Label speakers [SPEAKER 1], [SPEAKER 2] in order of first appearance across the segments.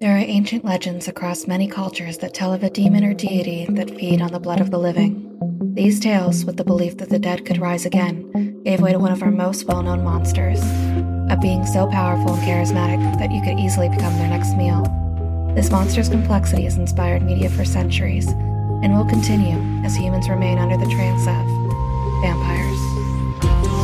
[SPEAKER 1] There are ancient legends across many cultures that tell of a demon or deity that feed on the blood of the living. These tales, with the belief that the dead could rise again, gave way to one of our most well known monsters a being so powerful and charismatic that you could easily become their next meal. This monster's complexity has inspired media for centuries and will continue as humans remain under the trance of vampires.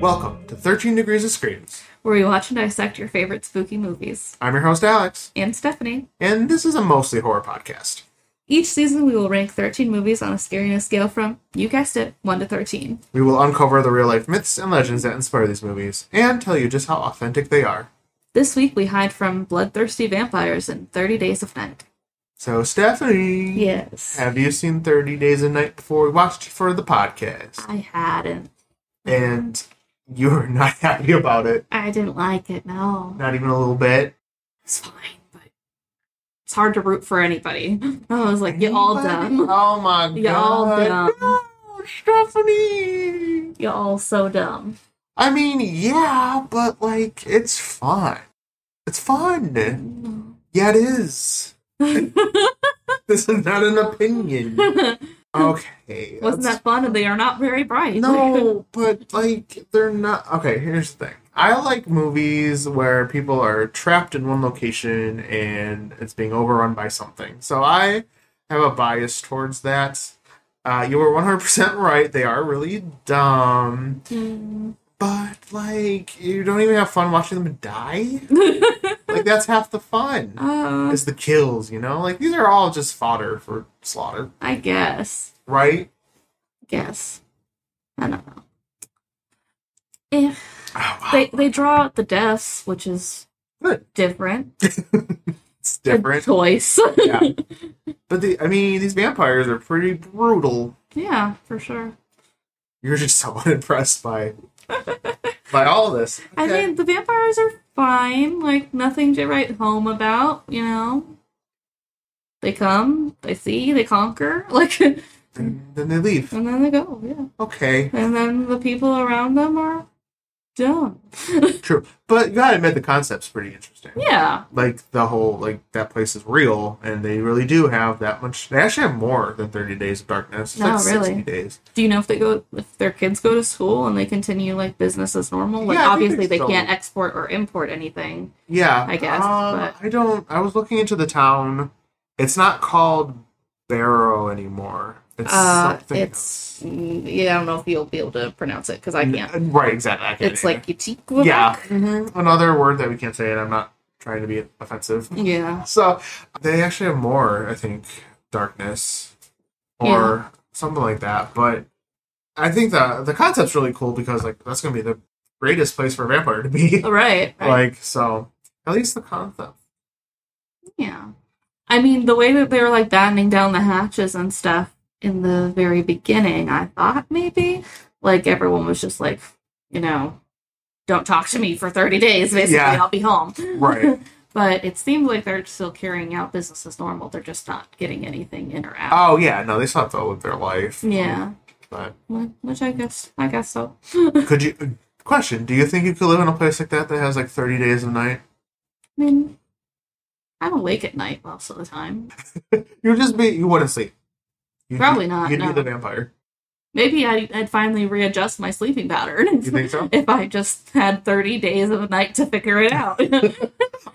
[SPEAKER 2] Welcome to 13 Degrees of Screams.
[SPEAKER 3] where we watch and dissect your favorite spooky movies.
[SPEAKER 2] I'm your host, Alex,
[SPEAKER 3] And Stephanie.
[SPEAKER 2] and this is a mostly horror podcast.
[SPEAKER 3] Each season, we will rank 13 movies on a scariness scale from, you guessed it, 1 to 13.
[SPEAKER 2] We will uncover the real life myths and legends that inspire these movies and tell you just how authentic they are.
[SPEAKER 3] This week, we hide from bloodthirsty vampires in 30 Days of Night.
[SPEAKER 2] So, Stephanie,
[SPEAKER 3] Yes.
[SPEAKER 2] have you seen 30 Days a Night before we watched it for the podcast?
[SPEAKER 3] I hadn't.
[SPEAKER 2] And you're not happy about it,
[SPEAKER 3] I didn't like it, no.
[SPEAKER 2] not even a little bit.
[SPEAKER 3] It's fine, but it's hard to root for anybody. I was like, you all
[SPEAKER 2] Anybody?
[SPEAKER 3] dumb.
[SPEAKER 2] Oh my
[SPEAKER 3] You're all
[SPEAKER 2] god.
[SPEAKER 3] dumb.
[SPEAKER 2] No, Stephanie!
[SPEAKER 3] You all so dumb.
[SPEAKER 2] I mean, yeah, but like, it's fun. It's fun.
[SPEAKER 3] Mm-hmm.
[SPEAKER 2] Yeah, it is. This is not an opinion. Okay.
[SPEAKER 3] Wasn't
[SPEAKER 2] that's-
[SPEAKER 3] that fun? And they are not very bright.
[SPEAKER 2] No, but like they're not okay, here's the thing. I like movies where people are trapped in one location and it's being overrun by something. So I have a bias towards that. Uh, you were 100% right. They are really dumb. But, like, you don't even have fun watching them die. like, that's half the fun.
[SPEAKER 3] Uh,
[SPEAKER 2] is the kills, you know? Like these are all just fodder for slaughter,
[SPEAKER 3] I guess.
[SPEAKER 2] right?
[SPEAKER 3] Guess. I don't know. If
[SPEAKER 2] Oh, wow.
[SPEAKER 3] they they draw out the deaths, which is
[SPEAKER 2] Good.
[SPEAKER 3] different.
[SPEAKER 2] It's
[SPEAKER 3] a
[SPEAKER 2] different.
[SPEAKER 3] choice.
[SPEAKER 2] yeah. But the I mean, these vampires are pretty brutal.
[SPEAKER 3] yeah, for sure.
[SPEAKER 2] You're just so unimpressed by by all this.
[SPEAKER 3] I
[SPEAKER 2] Okay.
[SPEAKER 3] mean, the vampires are fine. Like nothing to write home about. You know, they come, they see, they conquer. Like, and
[SPEAKER 2] And then they leave.
[SPEAKER 3] then they go. Yeah,
[SPEAKER 2] Okay,
[SPEAKER 3] and then the people around them are dumb.
[SPEAKER 2] true. But you gotta admit the concept's pretty interesting.
[SPEAKER 3] yeah,
[SPEAKER 2] Like the whole like that place is real, and they really do have that much. They actually have more than thirty days of darkness. It's
[SPEAKER 3] No,
[SPEAKER 2] like sixty
[SPEAKER 3] really.
[SPEAKER 2] days.
[SPEAKER 3] do you know if they go if their kids go to school and they continue like business as normal like
[SPEAKER 2] Yeah, I think
[SPEAKER 3] obviously
[SPEAKER 2] they
[SPEAKER 3] they
[SPEAKER 2] still-
[SPEAKER 3] can't export or import anything
[SPEAKER 2] Yeah,
[SPEAKER 3] I guess,
[SPEAKER 2] Um,
[SPEAKER 3] but-
[SPEAKER 2] I don't. I was looking into the town. It's not called Barrow anymore. It's
[SPEAKER 3] uh
[SPEAKER 2] something.
[SPEAKER 3] it's mm, yeah i don't know if you'll be able to pronounce it because i
[SPEAKER 2] else.
[SPEAKER 3] can't
[SPEAKER 2] N- Right, exactly. I can't
[SPEAKER 3] it's
[SPEAKER 2] either.
[SPEAKER 3] like Mm-hmm. Yichikwa
[SPEAKER 2] yeah, mhm, another word that we can't say, and I'm not trying to be offensive.
[SPEAKER 3] yeah
[SPEAKER 2] So they actually have more, I think, darkness or something like that. But I think the the concept's really cool because like that's gonna be the greatest place for a vampire to be.
[SPEAKER 3] all right, right.
[SPEAKER 2] like so, at least the concept.
[SPEAKER 3] yeah i mean the way that they were like battening down the hatches and stuff in the very beginning i thought maybe like everyone was just like you know don't talk to me for 30 days basically
[SPEAKER 2] Yeah.
[SPEAKER 3] i'll be home
[SPEAKER 2] Right.
[SPEAKER 3] But it seems like they're still carrying out business as normal. They're just not getting anything in or out.
[SPEAKER 2] Oh yeah, no, they still have to live their life.
[SPEAKER 3] yeah,
[SPEAKER 2] But
[SPEAKER 3] Wh- which I guess I guess so.
[SPEAKER 2] could you question? Do you think you could live in a place like that that has like thirty days a night?
[SPEAKER 3] I mean, I'm awake at night most of the time.
[SPEAKER 2] You'd just be. You wouldn't sleep. You'd
[SPEAKER 3] Probably
[SPEAKER 2] be,
[SPEAKER 3] not,
[SPEAKER 2] You'd be
[SPEAKER 3] no.
[SPEAKER 2] the vampire.
[SPEAKER 3] Maybe I, I'd finally readjust my sleeping pattern.
[SPEAKER 2] You think so?
[SPEAKER 3] if I just had 30 days of a night to figure it out,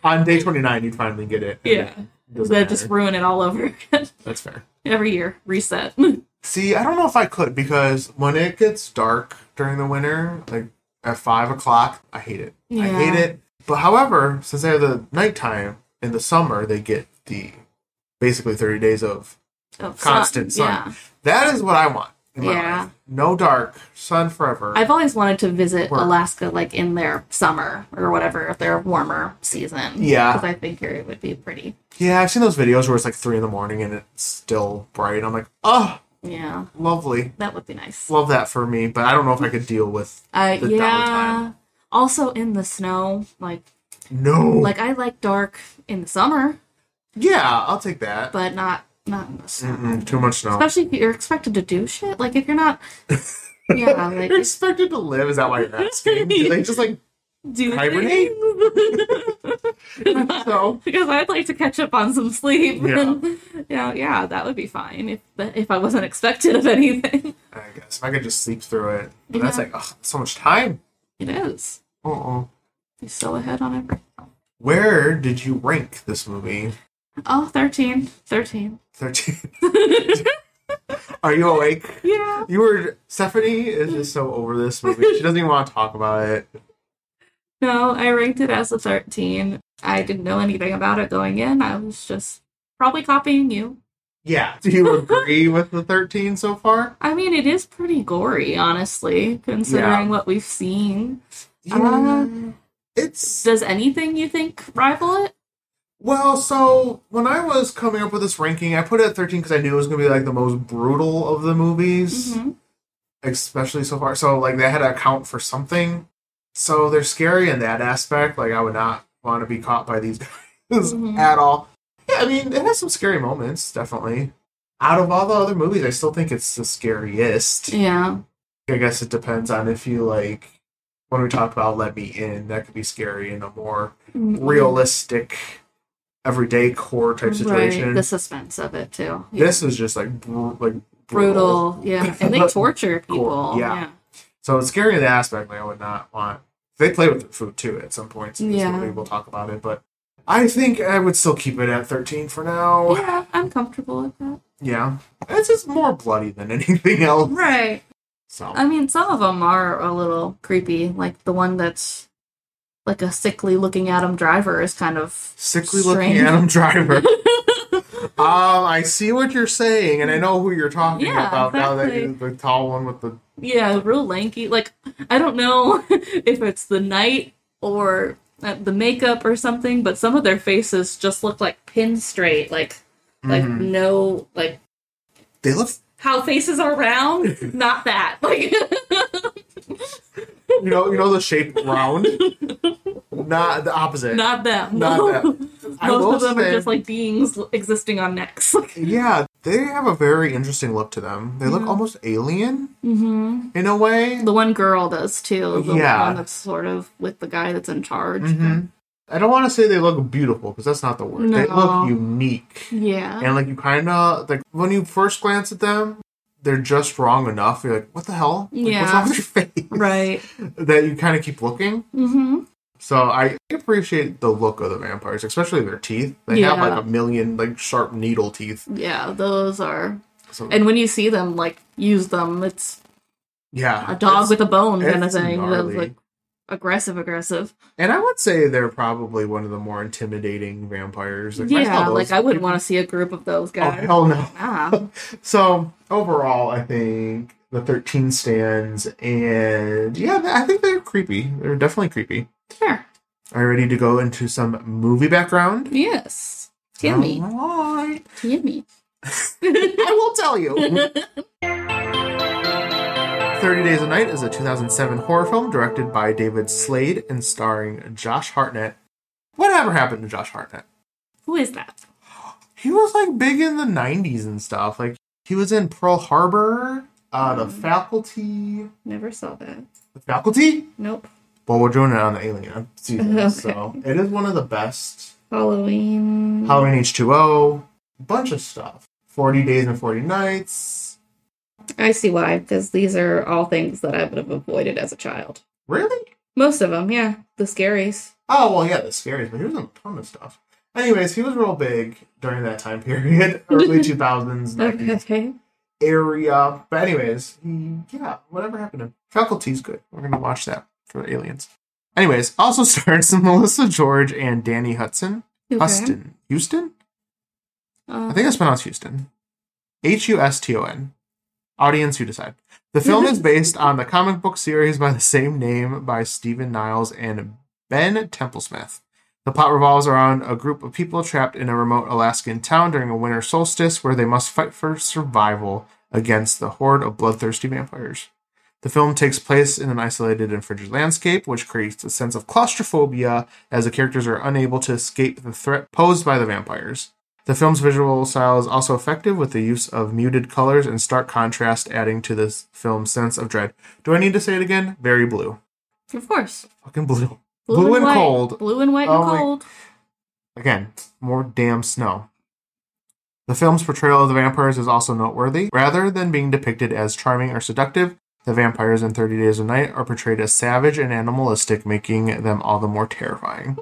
[SPEAKER 2] On day twenty nine, you'd finally get it.
[SPEAKER 3] Yeah.
[SPEAKER 2] does
[SPEAKER 3] I'd just ruin it all over again.
[SPEAKER 2] That's fair.
[SPEAKER 3] every year. Reset.
[SPEAKER 2] See, I don't know if I could because when it gets dark during the winter, like at five o'clock, I hate it. I
[SPEAKER 3] Yeah.
[SPEAKER 2] hate it. But however, since they have the nighttime in the summer, they get the basically thirty days of
[SPEAKER 3] Of
[SPEAKER 2] Constant sun.
[SPEAKER 3] Yeah,
[SPEAKER 2] That is what I want. in my
[SPEAKER 3] Yeah.
[SPEAKER 2] life. No dark, sun forever.
[SPEAKER 3] I've always wanted to visit
[SPEAKER 2] Where?
[SPEAKER 3] Alaska, like in their summer or whatever, their warmer season.
[SPEAKER 2] Yeah.
[SPEAKER 3] because I think it would be pretty.
[SPEAKER 2] yeah, I've seen those videos where it's like three in the morning and it's still bright. I'm like, oh,
[SPEAKER 3] Yeah,
[SPEAKER 2] lovely.
[SPEAKER 3] that would be nice.
[SPEAKER 2] Love that for me, but I don't know if I could deal with.
[SPEAKER 3] Uh,
[SPEAKER 2] the
[SPEAKER 3] yeah. Also in the snow, like
[SPEAKER 2] no.
[SPEAKER 3] Like I like dark in the summer,
[SPEAKER 2] yeah, I'll take that.
[SPEAKER 3] but not not in the summer.
[SPEAKER 2] Mm-mm, too much snow.
[SPEAKER 3] Especially if you're expected to do shit. Like if you're not, yeah, like
[SPEAKER 2] You're expected to live. Is that why you're asking? Do they just like
[SPEAKER 3] do
[SPEAKER 2] Hibernate?
[SPEAKER 3] things.
[SPEAKER 2] so?
[SPEAKER 3] because I'd like to catch up on some sleep.
[SPEAKER 2] Yeah.
[SPEAKER 3] And, yeah, yeah, that would be fine if if I wasn't expected of anything.
[SPEAKER 2] I guess if I could just sleep through it, but that's
[SPEAKER 3] Yeah.
[SPEAKER 2] like ugh, so much time.
[SPEAKER 3] It is.
[SPEAKER 2] Uh-uh.
[SPEAKER 3] You're so ahead on every.
[SPEAKER 2] Where did you rank this movie?
[SPEAKER 3] Oh, 13. 13.
[SPEAKER 2] Thirteen. Are you awake?
[SPEAKER 3] yeah.
[SPEAKER 2] You were Stephanie is just so over this movie. She doesn't even want to talk about it.
[SPEAKER 3] No, I ranked it as a 13. I didn't know anything about it going in. I was just probably copying you.
[SPEAKER 2] Yeah. Do you agree with the thirteen so far?
[SPEAKER 3] I mean, it is pretty gory, honestly, considering
[SPEAKER 2] Yeah.
[SPEAKER 3] what we've seen.
[SPEAKER 2] Yeah.
[SPEAKER 3] Uh,
[SPEAKER 2] it's
[SPEAKER 3] Does anything you think rival it?
[SPEAKER 2] well. So when I was coming up with this ranking, I put it at thirteen because I knew it was going to be like the most brutal of the movies.
[SPEAKER 3] Mhm.
[SPEAKER 2] especially so far. So like they had to account for something. So they're scary in that aspect. Like I would not want to be caught by these guys
[SPEAKER 3] Mhm.
[SPEAKER 2] at all. Yeah, I mean it has some scary moments, definitely. Out of all the other movies, I still think it's the scariest.
[SPEAKER 3] Yeah.
[SPEAKER 2] I guess it depends on if you like when we talked about Let Me In, that could be scary in a more realistic everyday core type situation.
[SPEAKER 3] Mm-hmm. Right. The
[SPEAKER 2] This,
[SPEAKER 3] suspense of it, too.
[SPEAKER 2] is just like br- like
[SPEAKER 3] brutal. Yeah. And they torture people.
[SPEAKER 2] Cool. Yeah.
[SPEAKER 3] Yeah.
[SPEAKER 2] So it's scary in that aspect. Like I would not want. They play with their food too at some points. In this
[SPEAKER 3] Yeah.
[SPEAKER 2] movie. We'll talk about it, but I think I would still keep it at thirteen for now. Yeah,
[SPEAKER 3] Yeah, I'm comfortable with that.
[SPEAKER 2] it's just more bloody than anything else.
[SPEAKER 3] Right.
[SPEAKER 2] So
[SPEAKER 3] I mean, some of them are a little creepy. Like the one that's like a sickly looking Adam Driver is kind of.
[SPEAKER 2] sickly looking
[SPEAKER 3] strange.
[SPEAKER 2] Adam Driver. um, I see what you're saying, and I know who you're talking
[SPEAKER 3] Yeah,
[SPEAKER 2] about now that you
[SPEAKER 3] exactly.
[SPEAKER 2] the tall one with the
[SPEAKER 3] Yeah, real lanky. Like, I don't know if it's the night or uh, the makeup or something, but some of their faces just look like pin straight. Like, like
[SPEAKER 2] Mhm.
[SPEAKER 3] no, like
[SPEAKER 2] They look.
[SPEAKER 3] how faces are round, not that. Like,
[SPEAKER 2] You know, you know the shape round, not the opposite.
[SPEAKER 3] not them.
[SPEAKER 2] Not
[SPEAKER 3] no.
[SPEAKER 2] them. I will
[SPEAKER 3] Most of them
[SPEAKER 2] say-
[SPEAKER 3] are just like beings existing on necks.
[SPEAKER 2] Yeah, they have a very interesting look to them. They look
[SPEAKER 3] Mhm.
[SPEAKER 2] almost alien.
[SPEAKER 3] mm-hmm.
[SPEAKER 2] in a way.
[SPEAKER 3] The one girl does too. The
[SPEAKER 2] Yeah.
[SPEAKER 3] one that's sort of with the guy that's in charge.
[SPEAKER 2] Mhm. I don't want to say they look beautiful because that's not the word. They
[SPEAKER 3] No.
[SPEAKER 2] look unique,
[SPEAKER 3] Yeah.
[SPEAKER 2] and like you kind of like when you first glance at them, they're just wrong enough. You're like, what the hell? Like, What's
[SPEAKER 3] Yeah.
[SPEAKER 2] wrong with your face?
[SPEAKER 3] Right.
[SPEAKER 2] That you kind of keep looking.
[SPEAKER 3] Mm-hmm.
[SPEAKER 2] So I appreciate the look of the vampires, especially their teeth. They have
[SPEAKER 3] Yeah.
[SPEAKER 2] like a million like sharp needle teeth.
[SPEAKER 3] Yeah, those are.
[SPEAKER 2] So,
[SPEAKER 3] And when you see them, like use them, it's
[SPEAKER 2] yeah,
[SPEAKER 3] a dog
[SPEAKER 2] it's-
[SPEAKER 3] with a bone kind of
[SPEAKER 2] it's
[SPEAKER 3] thing. That's
[SPEAKER 2] gnarly.
[SPEAKER 3] like aggressive, aggressive.
[SPEAKER 2] And I would say they're probably one of the more intimidating vampires. Like, I
[SPEAKER 3] yeah,
[SPEAKER 2] saw
[SPEAKER 3] like
[SPEAKER 2] those-
[SPEAKER 3] I wouldn't want to see a group of those
[SPEAKER 2] Oh
[SPEAKER 3] guys.
[SPEAKER 2] hell no.
[SPEAKER 3] Ah,
[SPEAKER 2] So overall, I think the thirteen stands, and yeah, I think they're creepy. They're definitely creepy.
[SPEAKER 3] sure.
[SPEAKER 2] Are you ready to go into some movie background?
[SPEAKER 3] Yes.
[SPEAKER 2] Oh,
[SPEAKER 3] Timmy.
[SPEAKER 2] All right.
[SPEAKER 3] Timmy.
[SPEAKER 2] I will tell you. Thirty Days a Night is a 2007 horror film directed by David Slade and starring Josh Hartnett. Whatever happened to Josh Hartnett?
[SPEAKER 3] Who is that?
[SPEAKER 2] He was like big in the 90s and stuff. Like he was in Pearl Harbor, uh,
[SPEAKER 3] Mm-hmm.
[SPEAKER 2] The Faculty.
[SPEAKER 3] Never saw that.
[SPEAKER 2] The Faculty?
[SPEAKER 3] Nope.
[SPEAKER 2] Well, we're doing it on the Alien season,
[SPEAKER 3] Okay.
[SPEAKER 2] so it is one of the best.
[SPEAKER 3] Halloween.
[SPEAKER 2] Halloween H two O, bunch of stuff. Forty days and forty nights.
[SPEAKER 3] I see why, because these are all things that I would have avoided as a child.
[SPEAKER 2] Really?
[SPEAKER 3] Most of them, yeah. The scaries.
[SPEAKER 2] Oh well, yeah, the scariest, but he was in a ton of stuff. Anyways, he was real big during that time period, early two thousands
[SPEAKER 3] Okay.
[SPEAKER 2] area. But anyways, he, yeah, whatever happened to him. Faculty's good. We're gonna watch that for aliens. Anyways, also stars Melissa George and Danny Hudson. Huston, Houston.
[SPEAKER 3] Uh,
[SPEAKER 2] I think that's pronounced Houston. H U S T O N. Audience, you decide. The film is based on the comic book series by the same name by Stephen Niles and Ben Templesmith. The plot revolves around a group of people trapped in a remote Alaskan town during a winter solstice where they must fight for survival against the horde of bloodthirsty vampires. The film takes place in an isolated and frigid landscape, which creates a sense of claustrophobia as the characters are unable to escape the threat posed by the vampires. The film's visual style is also effective with the use of muted colors and stark contrast, adding to this film's sense of dread. Do I need to say it again? Very blue.
[SPEAKER 3] Of course.
[SPEAKER 2] Fucking blue. Blue, and,
[SPEAKER 3] white.
[SPEAKER 2] cold.
[SPEAKER 3] Blue and white
[SPEAKER 2] Oh
[SPEAKER 3] and
[SPEAKER 2] my-
[SPEAKER 3] cold.
[SPEAKER 2] Again, more damn snow. The film's portrayal of the vampires is also noteworthy. Rather than being depicted as charming or seductive, the vampires in 30 Days of Night are portrayed as savage and animalistic, making them all the more terrifying.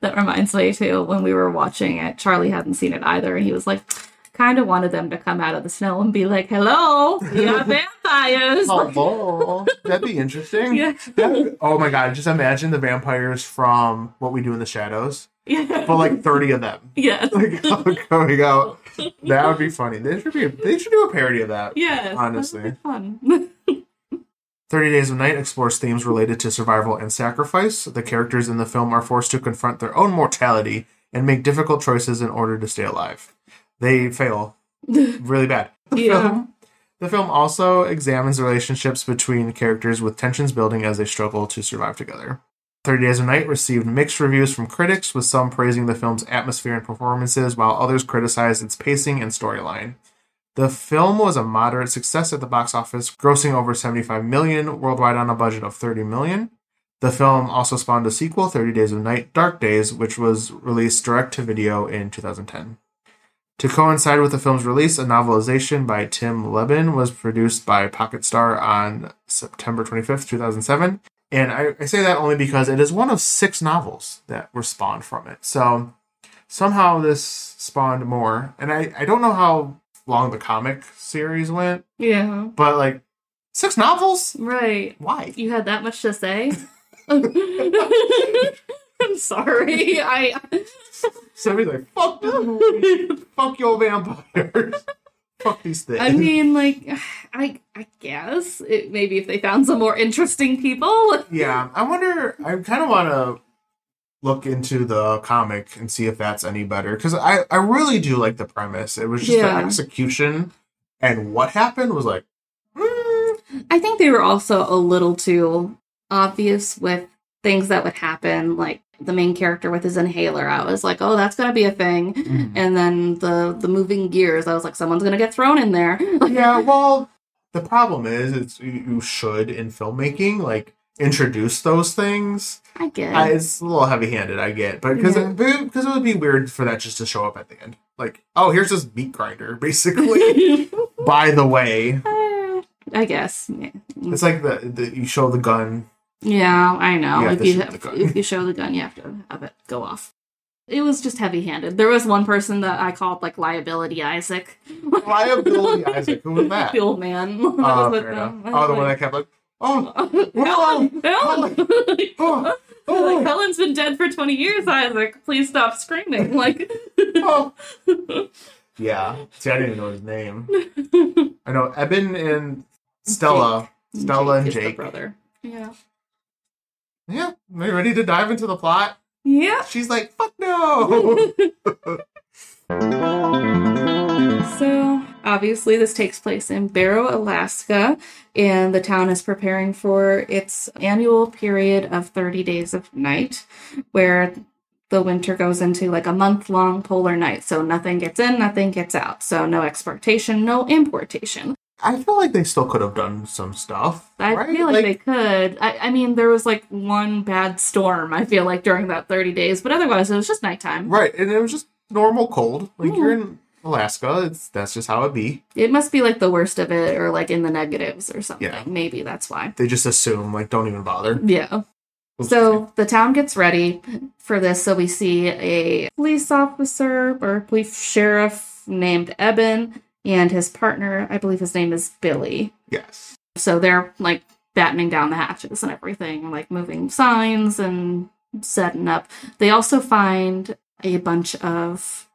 [SPEAKER 3] That reminds me too when we were watching it. Charlie hadn't seen it either, and he was like, kind of wanted them to come out of the snow and be like, "Hello, we are vampires."
[SPEAKER 2] Hello. Oh. That'd be interesting.
[SPEAKER 3] Yeah.
[SPEAKER 2] That- oh my god, just imagine the vampires from What We Do in the Shadows,
[SPEAKER 3] yeah.
[SPEAKER 2] but like 30 of them.
[SPEAKER 3] yeah.
[SPEAKER 2] Like going out. That would be funny. They should be they should do a parody of that.
[SPEAKER 3] Yeah.
[SPEAKER 2] Honestly.
[SPEAKER 3] That would be fun.
[SPEAKER 2] 30 Days of Night explores themes related to survival and sacrifice. The characters in the film are forced to confront their own mortality and make difficult choices in order to stay alive. They fail really bad. The
[SPEAKER 3] Yeah.
[SPEAKER 2] film- the film also examines the relationships between characters with tensions building as they struggle to survive together. 30 Days of Night received mixed reviews from critics, with some praising the film's atmosphere and performances, while others criticized its pacing and storyline. The film was a moderate success at the box office, grossing over 75 million worldwide on a budget of 30 million. The film also spawned a sequel, 30 Days of Night Dark Days, which was released direct to video in 2010. To coincide with the film's release, a novelization by Tim Levin was produced by Pocket Star on September 25th, 2007. And I, I say that only because it is one of six novels that were spawned from it. So somehow this spawned more. And I, I don't know how long the comic series went,
[SPEAKER 3] yeah.
[SPEAKER 2] but like six novels?
[SPEAKER 3] Right.
[SPEAKER 2] Why?
[SPEAKER 3] You had that much to say? I'm sorry. I
[SPEAKER 2] So he's like, fuck this movie. fuck your vampires. fuck these things.
[SPEAKER 3] I mean like I I guess it maybe if they found some more interesting people.
[SPEAKER 2] yeah, I wonder. I kind of want to look into the comic and see if that's any better because I, I really do like the premise. It was just
[SPEAKER 3] Yeah.
[SPEAKER 2] the execution and what happened was like, mm,
[SPEAKER 3] I think they were also a little too obvious with things that would happen like the main character with his inhaler. I was like, "Oh, that's going to be a thing." And then the the moving gears, I was like, "Someone's going to get thrown in there."
[SPEAKER 2] yeah. Well, the problem is, it's you, you should in filmmaking like introduce those things.
[SPEAKER 3] I get.
[SPEAKER 2] I,
[SPEAKER 3] it.
[SPEAKER 2] it's a little heavy handed, I get, but because
[SPEAKER 3] Yeah.
[SPEAKER 2] because it would be weird for that just to show up at the end. Like, oh, here's this meat grinder, basically. By the way,
[SPEAKER 3] Eh, I guess. Yeah.
[SPEAKER 2] it's like the, the you show the gun
[SPEAKER 3] Yeah, I know.
[SPEAKER 2] You have
[SPEAKER 3] if
[SPEAKER 2] to
[SPEAKER 3] you
[SPEAKER 2] shoot
[SPEAKER 3] have,
[SPEAKER 2] the gun.
[SPEAKER 3] if you show the gun, you have to have it go off. It was just heavy-handed. There was one person that I called like liability Isaac.
[SPEAKER 2] Liability Isaac, who was that?
[SPEAKER 3] The old man. that
[SPEAKER 2] Oh,
[SPEAKER 3] was with
[SPEAKER 2] fair enough.
[SPEAKER 3] them. I
[SPEAKER 2] Oh, the
[SPEAKER 3] was
[SPEAKER 2] one that
[SPEAKER 3] like,
[SPEAKER 2] kept like, oh,
[SPEAKER 3] Helen, Helen.
[SPEAKER 2] oh,
[SPEAKER 3] Like,
[SPEAKER 2] oh,
[SPEAKER 3] Helen's been dead for twenty years, Isaac. Please stop screaming. Like,
[SPEAKER 2] oh. Yeah. See, I didn't even know his name. I know Eben and Stella. Stella and
[SPEAKER 3] is the
[SPEAKER 2] Jake.
[SPEAKER 3] brother. Yeah.
[SPEAKER 2] Yeah. Are you ready to dive into the plot?
[SPEAKER 3] Yeah.
[SPEAKER 2] She's like, fuck no.
[SPEAKER 3] So, obviously, this takes place in Barrow, Alaska, and the town is preparing for its annual period of 30 days of night, where the winter goes into like a month long polar night. So, nothing gets in, nothing gets out. So, no exportation, no importation.
[SPEAKER 2] I feel like they still could have done some stuff.
[SPEAKER 3] I
[SPEAKER 2] right?
[SPEAKER 3] feel like, they could. I, I mean, there was like one bad storm, I feel like, during that 30 days, but otherwise, it was just nighttime.
[SPEAKER 2] Right. And it was just normal cold. Like,
[SPEAKER 3] Yeah.
[SPEAKER 2] you're in Alaska. It's That's just how it be.
[SPEAKER 3] It must be like the worst of it, or like in the negatives or something.
[SPEAKER 2] Yeah.
[SPEAKER 3] Maybe that's why.
[SPEAKER 2] They just assume, like, don't even bother.
[SPEAKER 3] Yeah. So the town gets ready for this. So we see a police officer or police sheriff named Eben and his partner, I believe his name is Billy.
[SPEAKER 2] Yes.
[SPEAKER 3] So they're like battening down the hatches and everything, like moving signs and setting up. They also find a bunch of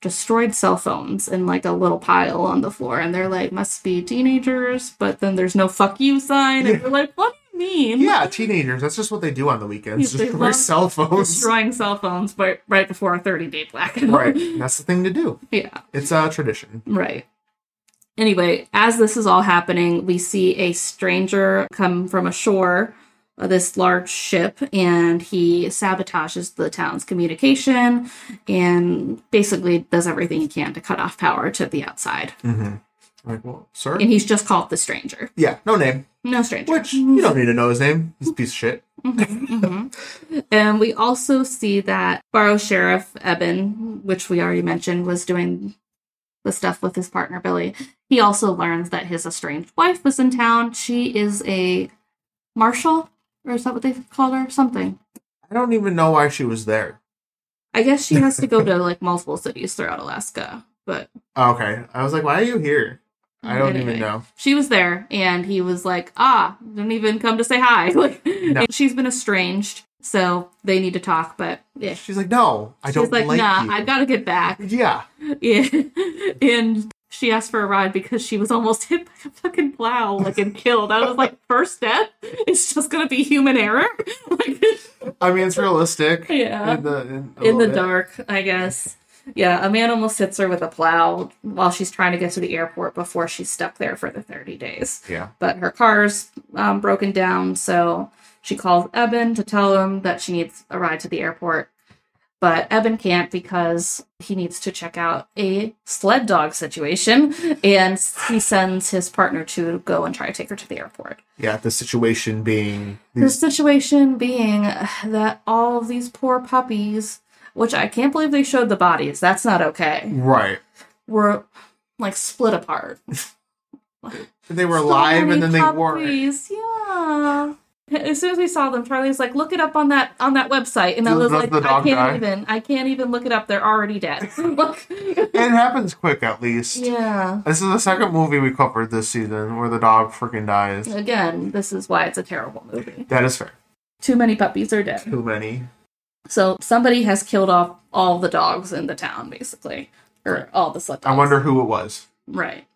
[SPEAKER 3] destroyed cell phones in like a little pile on the floor and they're like must be teenagers but then there's no fuck you sign and they're like what do you mean
[SPEAKER 2] Yeah, teenagers. That's just what they do on the weekends.
[SPEAKER 3] They
[SPEAKER 2] Just destroy
[SPEAKER 3] love
[SPEAKER 2] cell phones.
[SPEAKER 3] destroying cell phones right, right before a 30 day blackout.
[SPEAKER 2] Right. That's the thing to do.
[SPEAKER 3] yeah,
[SPEAKER 2] It's a tradition.
[SPEAKER 3] right. Anyway, as this is all happening, we see a stranger come from ashore, uh, this large ship, and he sabotages the town's communication and basically does everything he can to cut off power to the outside.
[SPEAKER 2] Mm-hmm. Like, well, sir?
[SPEAKER 3] And he's just called the stranger.
[SPEAKER 2] Yeah, no name.
[SPEAKER 3] No stranger.
[SPEAKER 2] Which, you don't need to know his name. He's a piece of shit.
[SPEAKER 3] Mm-hmm. and we also see that Borough Sheriff Eben, which we already mentioned, was doing the stuff with his partner Billy. He also learns that his estranged wife was in town. She is a marshal, or is that what they called her? Something.
[SPEAKER 2] I don't even know why she was there.
[SPEAKER 3] I guess she has to go to like multiple cities throughout Alaska, but
[SPEAKER 2] Oh, Okay. I was like, why are you here? I don't
[SPEAKER 3] Anyway.
[SPEAKER 2] even know.
[SPEAKER 3] she was there and he was like ah didn't even come to say hi like
[SPEAKER 2] No.
[SPEAKER 3] she's been estranged so they need to talk but yeah
[SPEAKER 2] She's like, no, I don't
[SPEAKER 3] she's like
[SPEAKER 2] like
[SPEAKER 3] nah
[SPEAKER 2] you.
[SPEAKER 3] i gotta get back
[SPEAKER 2] yeah.
[SPEAKER 3] yeah and she asked for a ride because she was almost hit by a fucking plow like and killed i was like first step it's just gonna be human error like
[SPEAKER 2] I mean, it's realistic.
[SPEAKER 3] Yeah.
[SPEAKER 2] In the, in, a
[SPEAKER 3] in
[SPEAKER 2] little
[SPEAKER 3] the
[SPEAKER 2] bit.
[SPEAKER 3] dark i guess yeah a man almost hits her with a plow while she's trying to get to the airport before she's stuck there for the 30 days
[SPEAKER 2] Yeah.
[SPEAKER 3] but her car's um, broken down, so she calls Eben to tell him that she needs a ride to the airport. But Eben can't because he needs to check out a sled dog situation, and he sends his partner to go and try to take her to the airport.
[SPEAKER 2] Yeah. The situation being
[SPEAKER 3] The
[SPEAKER 2] these.
[SPEAKER 3] situation being that all of these poor puppies, which I can't believe they showed the bodies, that's not okay,
[SPEAKER 2] Right.
[SPEAKER 3] were like split apart.
[SPEAKER 2] They were
[SPEAKER 3] So
[SPEAKER 2] alive and then
[SPEAKER 3] many
[SPEAKER 2] they weren't.
[SPEAKER 3] puppies, Yeah. As soon as we saw them, Charlie's like, "Look it up on that on that website," and I
[SPEAKER 2] Does-
[SPEAKER 3] was
[SPEAKER 2] does
[SPEAKER 3] like,
[SPEAKER 2] the
[SPEAKER 3] "I
[SPEAKER 2] dog
[SPEAKER 3] can't
[SPEAKER 2] die?
[SPEAKER 3] even. I can't even look it up. They're already dead." look.
[SPEAKER 2] It happens quick, at least.
[SPEAKER 3] yeah.
[SPEAKER 2] This is the second movie we covered this season where the dog freaking dies.
[SPEAKER 3] Again, this is why it's a terrible movie.
[SPEAKER 2] That is fair.
[SPEAKER 3] Too many puppies are dead.
[SPEAKER 2] Too many.
[SPEAKER 3] So somebody has killed off all the dogs in the town, basically, or all the sled dogs.
[SPEAKER 2] I wonder who it was.
[SPEAKER 3] Right.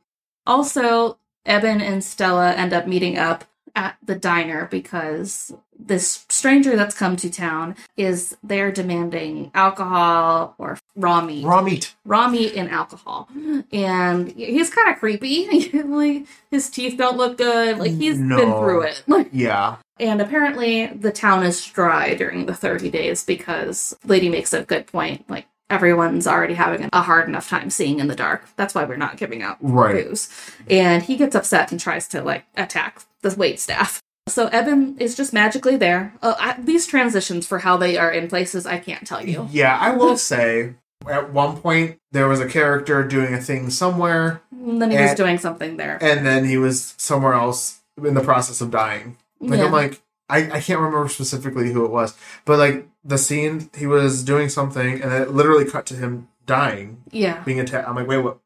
[SPEAKER 3] Also, Eben and Stella end up meeting up at the diner because this stranger that's come to town is there demanding alcohol or raw meat. Raw,
[SPEAKER 2] Raw meat.
[SPEAKER 3] meat and alcohol. And he's kind of creepy. like his teeth don't look good. Like he's been
[SPEAKER 2] No.
[SPEAKER 3] through it. Like
[SPEAKER 2] Yeah.
[SPEAKER 3] and apparently, the town is dry during the 30 days because Lady makes a good point. Like, everyone's already having a hard enough time seeing in the dark. That's why we're not giving out
[SPEAKER 2] Right.
[SPEAKER 3] booze. And he gets upset and tries to, like, attack the wait staff. So Eben is just magically there. Uh, I, these transitions for how they are in places, I can't tell you.
[SPEAKER 2] Yeah, I will say at one point there was a character doing a thing somewhere,
[SPEAKER 3] And then he was
[SPEAKER 2] And-
[SPEAKER 3] doing something there.
[SPEAKER 2] and then he was somewhere else in the process of dying. Like
[SPEAKER 3] yeah.
[SPEAKER 2] I'm like I, I can't remember specifically who it was, but like the scene he was doing something and it literally cut to him dying,
[SPEAKER 3] yeah.
[SPEAKER 2] being attacked. I'm like, wait, what?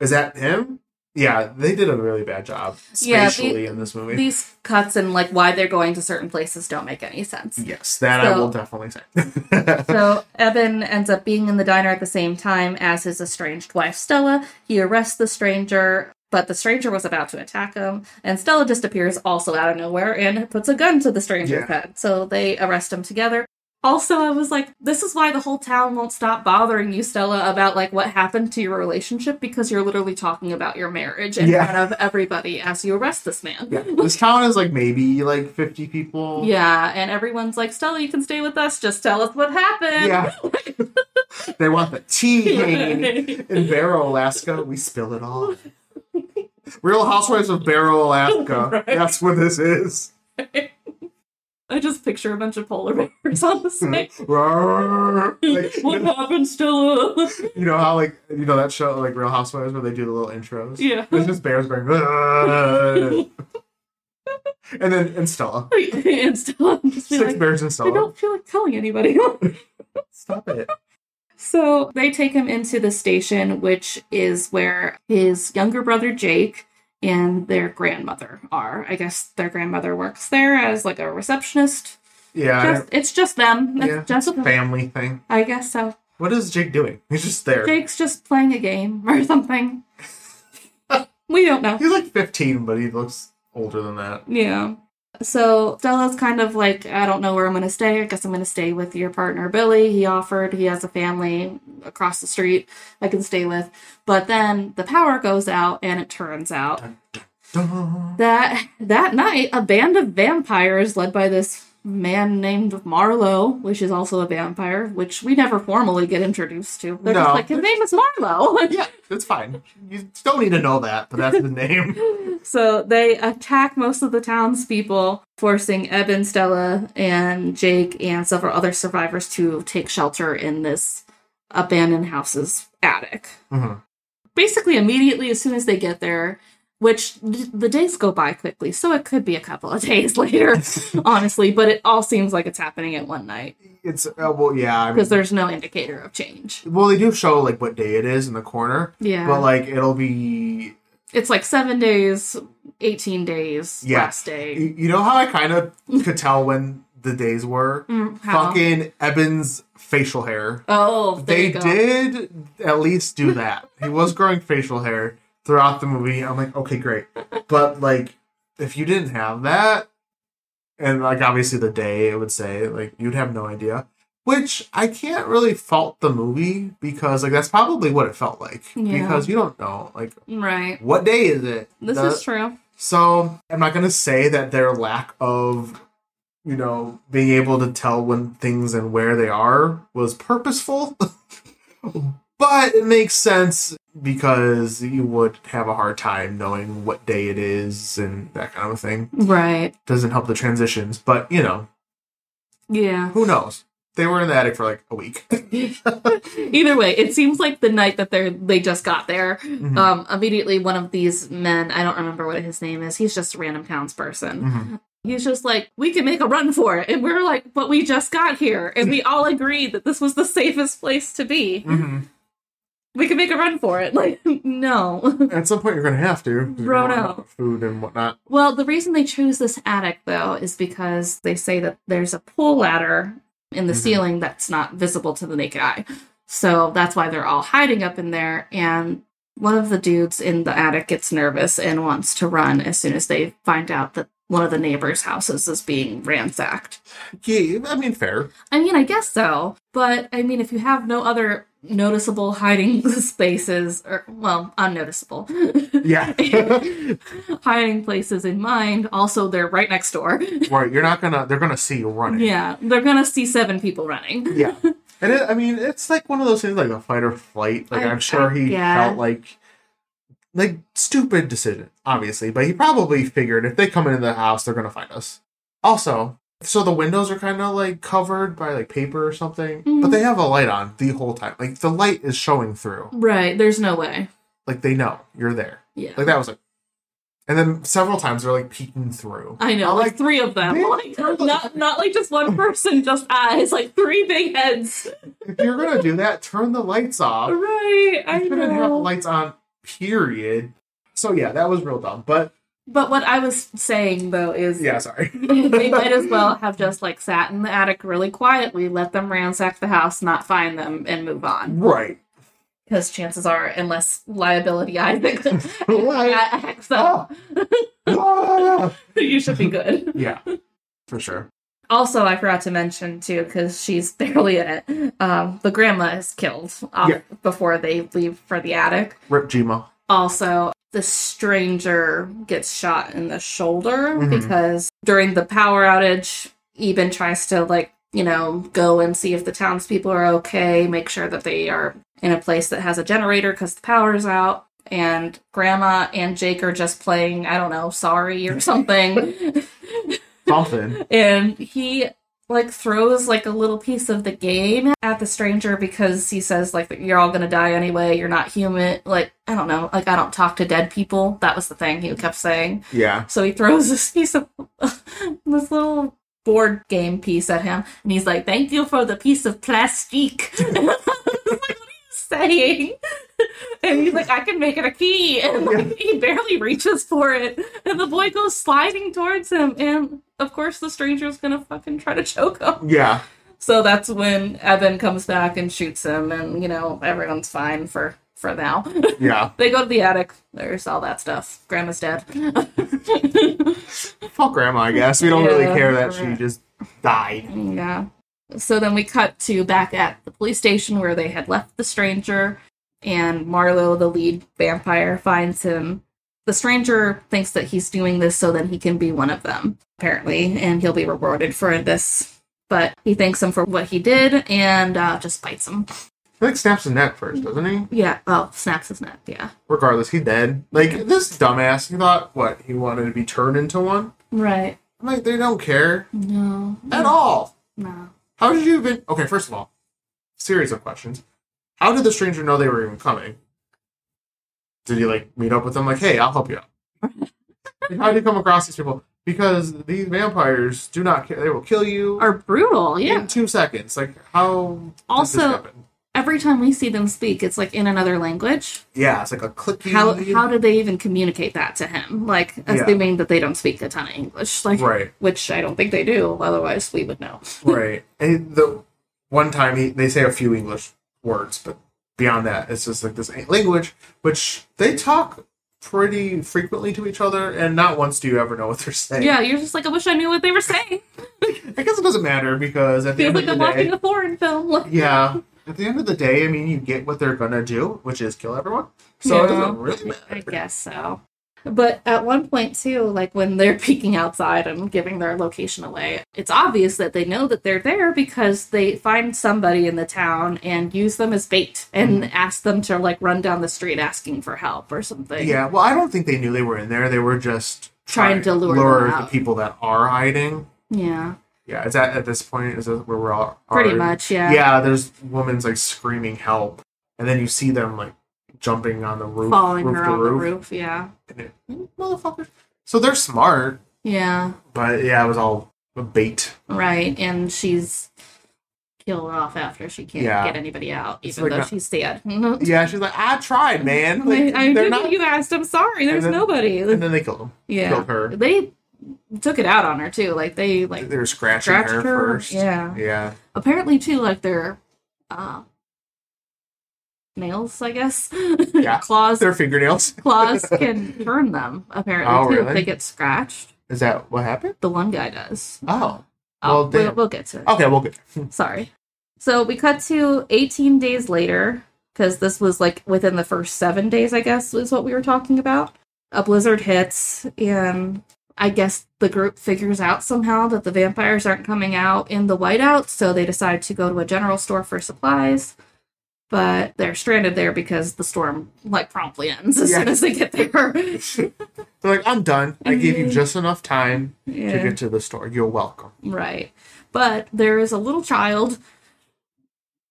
[SPEAKER 2] Is that him? Yeah, they did a really bad job
[SPEAKER 3] Yeah, the-
[SPEAKER 2] spatially in this movie.
[SPEAKER 3] These cuts and, like, why they're going to certain places don't make any sense.
[SPEAKER 2] yes, that I
[SPEAKER 3] So-
[SPEAKER 2] will definitely say.
[SPEAKER 3] So Evan ends up being in the diner at the same time as his estranged wife Stella. He arrests the stranger, but the stranger was about to attack him, and Stella just appears also out of nowhere and puts a gun to the stranger's
[SPEAKER 2] Yeah.
[SPEAKER 3] head. So they arrest him together. Also, I was like, this is why the whole town won't stop bothering you, Stella, about like what happened to your relationship because you're literally talking about your marriage in
[SPEAKER 2] Yeah.
[SPEAKER 3] front of everybody as you arrest this man.
[SPEAKER 2] yeah, this town is like maybe like 50 people.
[SPEAKER 3] Yeah, and everyone's like, Stella, you can stay with us. Just tell us what happened.
[SPEAKER 2] Yeah. They want the tea. In Barrow, Alaska, we spill it all. Real Housewives of Barrow, Alaska.
[SPEAKER 3] Right.
[SPEAKER 2] That's what this is.
[SPEAKER 3] I just picture a bunch of polar bears on the snake.
[SPEAKER 2] Roar. Like,
[SPEAKER 3] what happened, Stella?
[SPEAKER 2] you know how like you know that show like Real Housewives where they do the little intros.
[SPEAKER 3] Yeah.
[SPEAKER 2] It's just bears going. "Roar." and then and Stella.
[SPEAKER 3] and Stella just be
[SPEAKER 2] Six
[SPEAKER 3] like,
[SPEAKER 2] bears and
[SPEAKER 3] I
[SPEAKER 2] Stella.
[SPEAKER 3] don't feel like telling anybody.
[SPEAKER 2] Stop it.
[SPEAKER 3] so they take him into the station, which is where his younger brother Jake and their grandmother are. I guess their grandmother works there as like a receptionist.
[SPEAKER 2] Yeah.
[SPEAKER 3] Just, it's just them. It's
[SPEAKER 2] yeah.
[SPEAKER 3] just them.
[SPEAKER 2] Family thing.
[SPEAKER 3] I guess so.
[SPEAKER 2] What is Jake doing? He's just there.
[SPEAKER 3] Jake's just playing a game or something. we don't know.
[SPEAKER 2] He's like 15, but he looks older than that.
[SPEAKER 3] Yeah. So Stella's kind of like, I don't know where I'm going to stay. I guess I'm going to stay with your partner, Billy. He offered, he has a family across the street I can stay with. But then the power goes out, and it turns out
[SPEAKER 2] Dun.
[SPEAKER 3] that that night a band of vampires led by this man named Marlowe, which is also a vampire, which we never formally get introduced to. They're
[SPEAKER 2] No.
[SPEAKER 3] just like, his name is Marlowe.
[SPEAKER 2] Yeah, that's fine. You don't need to know that, but that's the name.
[SPEAKER 3] So they attack most of the townspeople, forcing Eb and Stella and Jake and several other survivors to take shelter in this abandoned house's attic.
[SPEAKER 2] Mhm.
[SPEAKER 3] Basically, immediately as soon as they get there, which th- the days go by quickly, so it could be a couple of days later, honestly, but it all seems like it's happening at one night
[SPEAKER 2] It's uh, well, yeah. I mean,
[SPEAKER 3] because there's no indicator of change.
[SPEAKER 2] well, they do show like what day it is in the corner,
[SPEAKER 3] Yeah.
[SPEAKER 2] but like it'll be.
[SPEAKER 3] it's like seven days, 18 days,
[SPEAKER 2] Yeah.
[SPEAKER 3] last day.
[SPEAKER 2] You, you know how I kind of could tell when the days were.
[SPEAKER 3] Mm, how?
[SPEAKER 2] Fucking Eben's facial hair.
[SPEAKER 3] Oh, there
[SPEAKER 2] they
[SPEAKER 3] you go.
[SPEAKER 2] did at least do that. he was growing facial hair throughout the movie. I'm like, okay, great. But like, if you didn't have that, and like obviously the day it would say, like you'd have no idea. Which I can't really fault the movie because like that's probably what it felt like.
[SPEAKER 3] Yeah.
[SPEAKER 2] Because you don't know like
[SPEAKER 3] Right.
[SPEAKER 2] what day is it.
[SPEAKER 3] This
[SPEAKER 2] The-
[SPEAKER 3] is true.
[SPEAKER 2] so I'm not gonna say that their lack of, you know, being able to tell when things and where they are was purposeful, but it makes sense because you would have a hard time knowing what day it is and that kind of thing.
[SPEAKER 3] Right.
[SPEAKER 2] Doesn't help the transitions, but you know,
[SPEAKER 3] Yeah.
[SPEAKER 2] who knows? They were in the attic for like a week. Mm-hmm.
[SPEAKER 3] Either way, it seems like the night that they are they just got there,
[SPEAKER 2] Mhm.
[SPEAKER 3] um, immediately one of these men, I don't remember what his name is, he's just a random townsperson.
[SPEAKER 2] Mhm.
[SPEAKER 3] He's just like, we can make a run for it. And we're like, but we just got here. And we all agreed that this was the safest place to be.
[SPEAKER 2] Mhm.
[SPEAKER 3] We can make a run for it. Like, no.
[SPEAKER 2] At some point, you're gonna have to. 'cause you're
[SPEAKER 3] Bro,
[SPEAKER 2] gonna
[SPEAKER 3] no.
[SPEAKER 2] run out of Food and whatnot.
[SPEAKER 3] Well, the reason they choose this attic, though, is because they say that there's a pole ladder in the
[SPEAKER 2] Mhm.
[SPEAKER 3] ceiling that's not visible to the naked eye. So that's why they're all hiding up in there. And one of the dudes in the attic gets nervous and wants to run as soon as they find out that one of the neighbors' houses is being ransacked.
[SPEAKER 2] Yeah, I mean, fair.
[SPEAKER 3] I mean, I guess so. But I mean, if you have no other noticeable hiding spaces, or, well, unnoticeable.
[SPEAKER 2] Yeah.
[SPEAKER 3] hiding places in mind. Also, they're right next door.
[SPEAKER 2] right. You're not gonna. They're gonna see you running.
[SPEAKER 3] yeah, they're gonna see seven people running.
[SPEAKER 2] yeah and it, i mean it's like one of those things like a fight or flight like
[SPEAKER 3] I-
[SPEAKER 2] I, am sure
[SPEAKER 3] I-
[SPEAKER 2] he
[SPEAKER 3] yeah.
[SPEAKER 2] felt like like stupid decision obviously but he probably figured if they come into the house they're gonna find us also so the windows are kind of like covered by like paper or something but
[SPEAKER 3] Mhm.
[SPEAKER 2] they have a light on the whole time like the light is showing through
[SPEAKER 3] Right, there's no way.
[SPEAKER 2] like they know you're there
[SPEAKER 3] Yeah,
[SPEAKER 2] like that was like and then several times they're like peeking through
[SPEAKER 3] I know,
[SPEAKER 2] I'm
[SPEAKER 3] like, three of them,
[SPEAKER 2] "Bitch,
[SPEAKER 3] like, not not like just one person, just eyes, like three big heads.
[SPEAKER 2] if you're gonna do that turn the lights off
[SPEAKER 3] Right, I
[SPEAKER 2] You couldn't have the
[SPEAKER 3] know.
[SPEAKER 2] lights on, period. So yeah, that was real dumb. But
[SPEAKER 3] But what I was saying though is.
[SPEAKER 2] yeah, sorry.
[SPEAKER 3] they might as well have just like sat in the attic really quietly, let them ransack the house, not find them, and move on.
[SPEAKER 2] Right.
[SPEAKER 3] Because chances are, unless liability Isaac
[SPEAKER 2] Right.
[SPEAKER 3] hacks up,
[SPEAKER 2] Ah. Ah.
[SPEAKER 3] you should be good.
[SPEAKER 2] yeah, for sure.
[SPEAKER 3] Also, I forgot to mention too, because she's barely in it. Um, the grandma is killed off
[SPEAKER 2] Yeah.
[SPEAKER 3] before they leave for the attic.
[SPEAKER 2] Rip Gmo.
[SPEAKER 3] Also, the stranger gets shot in the shoulder
[SPEAKER 2] Mhm.
[SPEAKER 3] because during the power outage, Eben tries to like you know go and see if the townspeople are okay, make sure that they are in a place that has a generator because the power's out. And Grandma and Jake are just playing, I don't know, sorry or something.
[SPEAKER 2] Something.
[SPEAKER 3] and he like throws like a little piece of the game at the stranger because he says like you're all gonna die anyway you're not human like i don't know like i don't talk to dead people that was the thing he kept saying
[SPEAKER 2] Yeah.
[SPEAKER 3] so he throws this piece of this little board game piece at him and he's like thank you for the piece of plastique I was like, "What are you saying and he's like i can make it a key and like, he barely reaches for it and the boy goes sliding towards him and of course the stranger's gonna fucking try to choke him
[SPEAKER 2] Yeah.
[SPEAKER 3] so that's when evan comes back and shoots him and you know everyone's fine for for now.
[SPEAKER 2] Yeah.
[SPEAKER 3] they go to the attic. There's all that stuff. Grandma's dead.
[SPEAKER 2] Fuck grandma, I guess. We don't
[SPEAKER 3] Yeah.
[SPEAKER 2] really care that she just died.
[SPEAKER 3] yeah. So then we cut to back at the police station where they had left the stranger, and Marlowe, the lead vampire, finds him. The stranger thinks that he's doing this so then he can be one of them, apparently, and he'll be rewarded for this. But he thanks him for what he did and uh, just bites him.
[SPEAKER 2] I think snaps his neck first, doesn't he?
[SPEAKER 3] Yeah. Oh, snaps his neck. Yeah.
[SPEAKER 2] Regardless, he dead. Like this dumbass, he thought what he wanted to be turned into one.
[SPEAKER 3] Right.
[SPEAKER 2] I'm like, they don't care
[SPEAKER 3] No.
[SPEAKER 2] at all.
[SPEAKER 3] No.
[SPEAKER 2] How did you even? Okay, first of all, series of questions. How did the stranger know they were even coming? Did he like meet up with them? Like, hey, I'll help you out. Like, how did you come across these people? Because these vampires do not care. They will kill you
[SPEAKER 3] Are brutal. Yeah.
[SPEAKER 2] in two seconds. Like, how? did this
[SPEAKER 3] Also-
[SPEAKER 2] happen?
[SPEAKER 3] Every time we see them speak, it's like in another language.
[SPEAKER 2] yeah, it's like a clicky.
[SPEAKER 3] How how did they even communicate that to him? Like assuming that they don't speak a ton of English, like
[SPEAKER 2] right,
[SPEAKER 3] which I don't think they do. Otherwise, we would know.
[SPEAKER 2] right. And the one time he, they say a few English words, but beyond that, it's just like this language which they talk pretty frequently to each other, and not once do you ever know what they're saying.
[SPEAKER 3] Yeah, you're just like I wish I knew what they were saying.
[SPEAKER 2] I guess it doesn't matter because at the end
[SPEAKER 3] Feels like
[SPEAKER 2] of
[SPEAKER 3] I'm
[SPEAKER 2] the
[SPEAKER 3] watching
[SPEAKER 2] day,
[SPEAKER 3] a foreign film. Like,
[SPEAKER 2] yeah. At the end of the day, I mean, you get what they're gonna do, which is kill everyone. So it
[SPEAKER 3] Yeah.
[SPEAKER 2] doesn't really matter.
[SPEAKER 3] I guess so. But at one point too, like when they're peeking outside and giving their location away, it's obvious that they know that they're there because they find somebody in the town and use them as bait and
[SPEAKER 2] Mm-hmm.
[SPEAKER 3] ask them to like run down the street asking for help or something.
[SPEAKER 2] Yeah, well, I don't think they knew they were in there. They were just
[SPEAKER 3] Trying to lure them
[SPEAKER 2] the
[SPEAKER 3] out.
[SPEAKER 2] people that are hiding.
[SPEAKER 3] Yeah.
[SPEAKER 2] Yeah, is that at this point? Is that where we're all
[SPEAKER 3] Pretty
[SPEAKER 2] are-
[SPEAKER 3] much, yeah.
[SPEAKER 2] Yeah. there's women's like screaming help, and then you see them like jumping on the roof,
[SPEAKER 3] Following
[SPEAKER 2] roof
[SPEAKER 3] her
[SPEAKER 2] to
[SPEAKER 3] on
[SPEAKER 2] roof,
[SPEAKER 3] the roof, yeah.
[SPEAKER 2] and it- "Mm, motherfuckers. So they're smart,
[SPEAKER 3] Yeah.
[SPEAKER 2] but yeah, it was all a bait.
[SPEAKER 3] Right.
[SPEAKER 2] Mm-hmm.
[SPEAKER 3] And she's killed off after she can't
[SPEAKER 2] Yeah.
[SPEAKER 3] get anybody out,
[SPEAKER 2] It's
[SPEAKER 3] even
[SPEAKER 2] like
[SPEAKER 3] though
[SPEAKER 2] a-
[SPEAKER 3] she's dead.
[SPEAKER 2] Yeah, she's like, I tried, man. Like,
[SPEAKER 3] I, I
[SPEAKER 2] they're
[SPEAKER 3] did
[SPEAKER 2] not.
[SPEAKER 3] what you asked. I'm sorry. There's
[SPEAKER 2] then-
[SPEAKER 3] nobody.
[SPEAKER 2] And then they killed them.
[SPEAKER 3] yeah.
[SPEAKER 2] Killed her.
[SPEAKER 3] They took it out on her too. Like they like
[SPEAKER 2] They were scratching
[SPEAKER 3] scratched
[SPEAKER 2] her,
[SPEAKER 3] her.
[SPEAKER 2] first.
[SPEAKER 3] Yeah.
[SPEAKER 2] Yeah.
[SPEAKER 3] Apparently too, like their uh, nails, I guess.
[SPEAKER 2] Yeah.
[SPEAKER 3] claws
[SPEAKER 2] Their fingernails.
[SPEAKER 3] claws can turn them, apparently
[SPEAKER 2] Oh,
[SPEAKER 3] too, if
[SPEAKER 2] really?
[SPEAKER 3] they get scratched.
[SPEAKER 2] Is that what happened?
[SPEAKER 3] The one guy does.
[SPEAKER 2] Oh.
[SPEAKER 3] Oh,
[SPEAKER 2] Well,
[SPEAKER 3] we'll,
[SPEAKER 2] damn. Oh.
[SPEAKER 3] we'll get to it.
[SPEAKER 2] Okay, well, good.
[SPEAKER 3] Sorry. So we cut to 18 days later, because this was like within the first seven days, I guess, is what we were talking about. A blizzard hits, and I guess the group figures out somehow that the vampires aren't coming out in the whiteout, so they decide to go to a general store for supplies. But they're stranded there because the storm like promptly ends as
[SPEAKER 2] Yeah.
[SPEAKER 3] soon as they get there.
[SPEAKER 2] They're like, I'm done. I gave you just enough time to
[SPEAKER 3] yeah.
[SPEAKER 2] get to the store. You're welcome.
[SPEAKER 3] Right. But there is a little child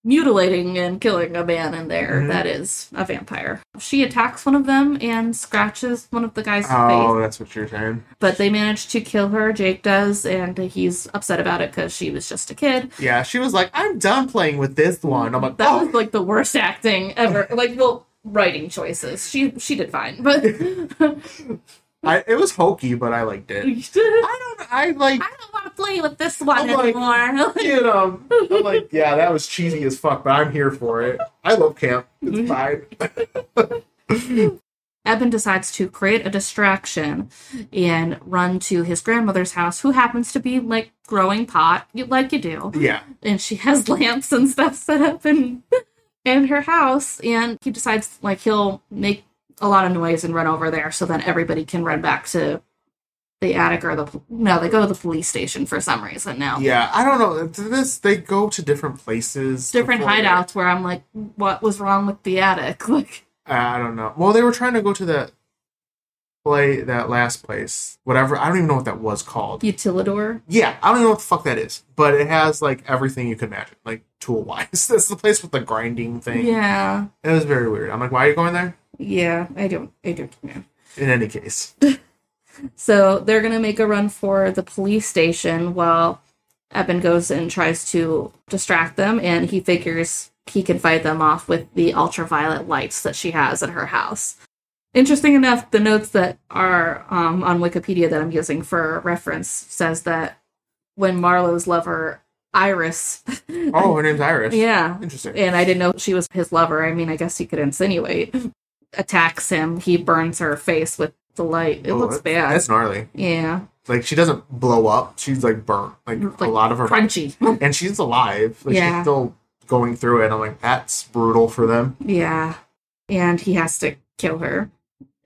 [SPEAKER 3] mutilating and killing a man in there
[SPEAKER 2] Mhm.
[SPEAKER 3] that is a vampire. She attacks one of them and scratches one of the guy's
[SPEAKER 2] Oh,
[SPEAKER 3] face,
[SPEAKER 2] that's what you're saying.
[SPEAKER 3] but they manage to kill her. Jake does, and he's upset about it because she was just a kid.
[SPEAKER 2] Yeah, she was like, I'm done playing with this one. I'm like,
[SPEAKER 3] That
[SPEAKER 2] oh,
[SPEAKER 3] was like the worst acting ever. Like, well, writing choices. She she did fine, but
[SPEAKER 2] I, it was hokey, but I liked it.
[SPEAKER 3] I
[SPEAKER 2] I don't, I like,
[SPEAKER 3] don't want to play with this one
[SPEAKER 2] I'm like-
[SPEAKER 3] anymore.
[SPEAKER 2] you know, I'm like, yeah, that was cheesy as fuck, but I'm here for it. I love camp.
[SPEAKER 3] Mm-hmm.
[SPEAKER 2] It's fine.
[SPEAKER 3] Eben decides to create a distraction and run to his grandmother's house, who happens to be like growing pot, you- like you do.
[SPEAKER 2] Yeah.
[SPEAKER 3] And she has lamps and stuff set up in in her house. And he decides like he'll make a lot of noise and run over there, so then everybody can run back to the attic or the pol- no, they go to the police station for some reason now.
[SPEAKER 2] Yeah. I don't know. To This, they go to different places.
[SPEAKER 3] Different
[SPEAKER 2] before-
[SPEAKER 3] hideouts where I'm like, what was wrong with the attic? Like,
[SPEAKER 2] I don't know. Well, they were trying to go to that play that last place, whatever. I don't even know what that was called.
[SPEAKER 3] utilidor.
[SPEAKER 2] Yeah, I don't even know what the fuck that is, but it has like everything you could imagine, like tool wise. this is the place with the grinding thing.
[SPEAKER 3] Yeah.
[SPEAKER 2] It was very weird. I'm like, why are you going there?
[SPEAKER 3] Yeah. I don't, I don't know.
[SPEAKER 2] In any case,
[SPEAKER 3] So they're gonna make a run for the police station while Eben goes and tries to distract them, and he figures he can fight them off with the ultraviolet lights that she has at her house. Interesting enough, the notes that are um, on Wikipedia that I'm using for reference says that when Marlowe's lover Iris.
[SPEAKER 2] Oh, her name's Iris.
[SPEAKER 3] yeah.
[SPEAKER 2] Interesting.
[SPEAKER 3] And I didn't know she was his lover. I mean, I guess he could insinuate. Attacks him. He burns her face with the light. It
[SPEAKER 2] Oh,
[SPEAKER 3] looks
[SPEAKER 2] that's-
[SPEAKER 3] bad.
[SPEAKER 2] That's gnarly.
[SPEAKER 3] yeah.
[SPEAKER 2] Like she doesn't blow up. She's like burnt. Like, a
[SPEAKER 3] Like,
[SPEAKER 2] lot of her
[SPEAKER 3] Crunchy.
[SPEAKER 2] and she's alive. Like
[SPEAKER 3] Yeah.
[SPEAKER 2] she's still going through it. I'm like, that's brutal for them.
[SPEAKER 3] Yeah. And he has to kill her.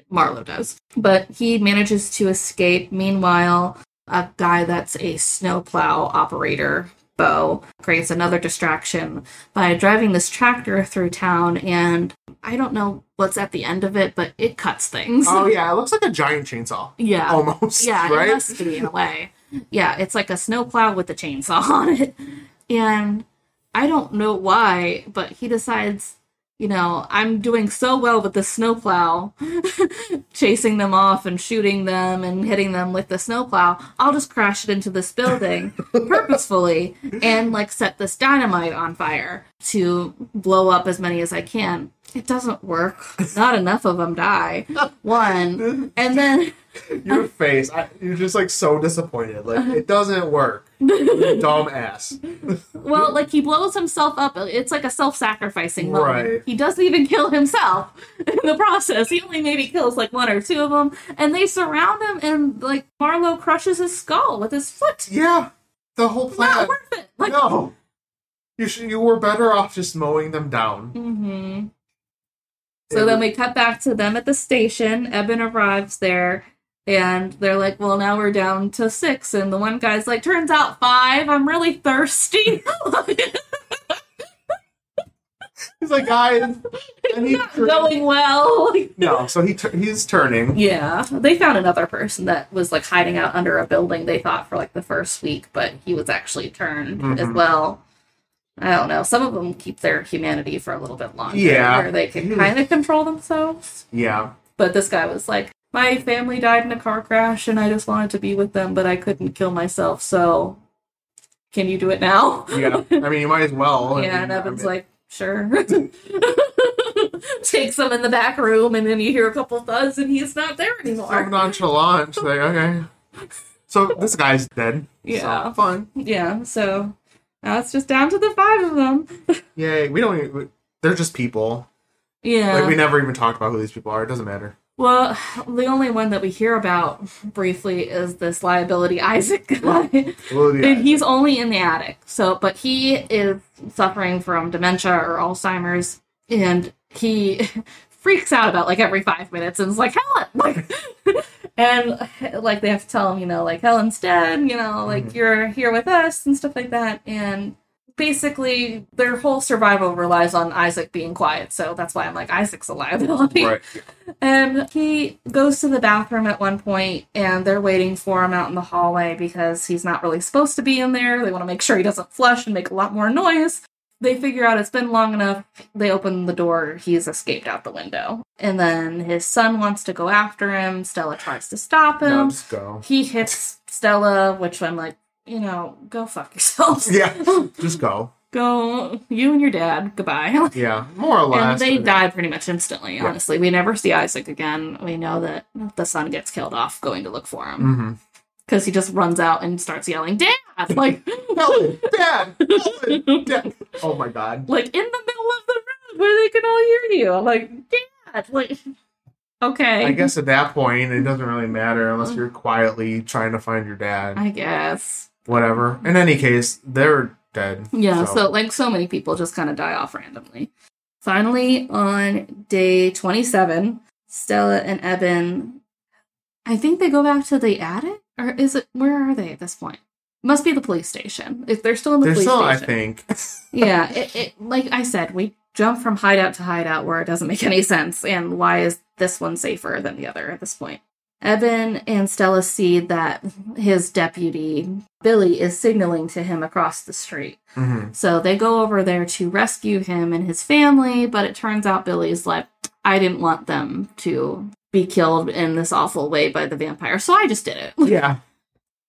[SPEAKER 3] Marlowe does. But he manages to escape. Meanwhile, a guy that's a snowplow operator, Bo, creates another distraction by driving this tractor through town. And I don't know what's at the end of it, but it cuts things.
[SPEAKER 2] Oh yeah, it looks like a giant chainsaw.
[SPEAKER 3] yeah.
[SPEAKER 2] Almost.
[SPEAKER 3] Yeah,
[SPEAKER 2] right?
[SPEAKER 3] it must be in a way. Yeah, it's like a snowplow with a chainsaw on it. And I don't know why, but he decides, you know, I'm doing so well with the snowplow, chasing them off and shooting them and hitting them with the snowplow. I'll just crash it into this building purposefully and like set this dynamite on fire to blow up as many as I can. It doesn't work. Not enough of them die. One. And then
[SPEAKER 2] Your face, I, you're just like so disappointed. Like
[SPEAKER 3] Uh-huh.
[SPEAKER 2] it doesn't work. You dumb ass.
[SPEAKER 3] Well, like he blows himself up. uh, It's like a self-sacrificing moment.
[SPEAKER 2] Right.
[SPEAKER 3] He doesn't even kill himself in the process. He only maybe kills like one or two of them, and they surround him, and like Marlowe crushes his skull with his foot.
[SPEAKER 2] Yeah, the whole plan.
[SPEAKER 3] Not worth it. Like,
[SPEAKER 2] no, you should. You were better off just mowing them down.
[SPEAKER 3] hmm So then we cut back to them at the station. Eben arrives there, and they're like, "Well, now we're down to six. And the one guy's like, "Turns out five. I'm really thirsty."
[SPEAKER 2] He's like, guys, I need
[SPEAKER 3] Not
[SPEAKER 2] drink."
[SPEAKER 3] going well.
[SPEAKER 2] No, so he tur- he's turning.
[SPEAKER 3] Yeah, they found another person that was like hiding out under a building. They thought for like the first week, but he was actually turned as
[SPEAKER 2] Mhm.
[SPEAKER 3] well. I don't know. Some of them keep their humanity for a little bit longer,
[SPEAKER 2] Yeah.
[SPEAKER 3] where they can
[SPEAKER 2] Mhm.
[SPEAKER 3] kind of control themselves.
[SPEAKER 2] Yeah,
[SPEAKER 3] But this guy was like, "My family died in a car crash, and I just wanted to be with them, but I couldn't kill myself. So, can you do it now?"
[SPEAKER 2] yeah. I mean, you might as well. I
[SPEAKER 3] yeah,
[SPEAKER 2] mean,
[SPEAKER 3] and
[SPEAKER 2] I
[SPEAKER 3] Evan's
[SPEAKER 2] mean-
[SPEAKER 3] like, sure. Takes him in the back room, and then you hear a couple thuds, and he's not there
[SPEAKER 2] so
[SPEAKER 3] anymore.
[SPEAKER 2] nonchalant. Like, okay. So this guy's dead.
[SPEAKER 3] Yeah.
[SPEAKER 2] So, fun.
[SPEAKER 3] Yeah, so now it's just down to the five of them.
[SPEAKER 2] Yay. We don't even. They're just people.
[SPEAKER 3] Yeah.
[SPEAKER 2] Like, we never even talked about who these people are. It doesn't matter.
[SPEAKER 3] well, the only one that we hear about briefly is this liability Isaac guy.
[SPEAKER 2] Well, yeah.
[SPEAKER 3] And he's only in the attic. So, but he is suffering from dementia or Alzheimer's, and he freaks out about like every five minutes and is like, Helen! Like, and like they have to tell him, you know, like, Helen's dead, you know, like
[SPEAKER 2] Mhm.
[SPEAKER 3] you're here with us and stuff like that. And basically, their whole survival relies on Isaac being quiet. So that's why I'm like, Isaac's a liability.
[SPEAKER 2] Right.
[SPEAKER 3] And Um, he goes to the bathroom at one point, and they're waiting for him out in the hallway because he's not really supposed to be in there. They want to make sure he doesn't flush and make a lot more noise. They figure out it's been long enough. They open the door. He's escaped out the window. And then his son wants to go after him. Stella tries to stop
[SPEAKER 2] No,
[SPEAKER 3] him.
[SPEAKER 2] just go.
[SPEAKER 3] He hits Stella, which I'm like, you know, go fuck yourselves.
[SPEAKER 2] Yeah. Just go.
[SPEAKER 3] go, you and your dad, goodbye.
[SPEAKER 2] Yeah. More or
[SPEAKER 3] And
[SPEAKER 2] less.
[SPEAKER 3] they die pretty much instantly,
[SPEAKER 2] Yeah.
[SPEAKER 3] honestly. We never see Isaac again. We know that the son gets killed off going to look for him
[SPEAKER 2] Mm-hmm.
[SPEAKER 3] because he just runs out and starts yelling, Dad! Like,
[SPEAKER 2] Helen, Dad, Helen, Dad. Oh my God.
[SPEAKER 3] like in the middle of the road where they can all hear you. I'm like, Dad! Like, okay.
[SPEAKER 2] I guess at that point it doesn't really matter unless you're quietly trying to find your dad.
[SPEAKER 3] I guess.
[SPEAKER 2] Whatever. In any case, they're dead.
[SPEAKER 3] Yeah, so like so many people just kind of die off randomly. Finally, on day 27, Stella and Eben, I think they go back to the attic, or is it where are they at this point? Must be the police station. If they're still in the
[SPEAKER 2] they're
[SPEAKER 3] police
[SPEAKER 2] still, I
[SPEAKER 3] station,
[SPEAKER 2] think.
[SPEAKER 3] yeah. It, it, like I said, we jump from hideout to hideout where it doesn't make any sense. And why is this one safer than the other at this point? Eben and Stella see that his deputy Billy is signaling to him across the street.
[SPEAKER 2] hmm
[SPEAKER 3] So they go over there to rescue him and his family, but it turns out Billy's like, I didn't want them to be killed in this awful way by the vampire, so I just did it.
[SPEAKER 2] Yeah.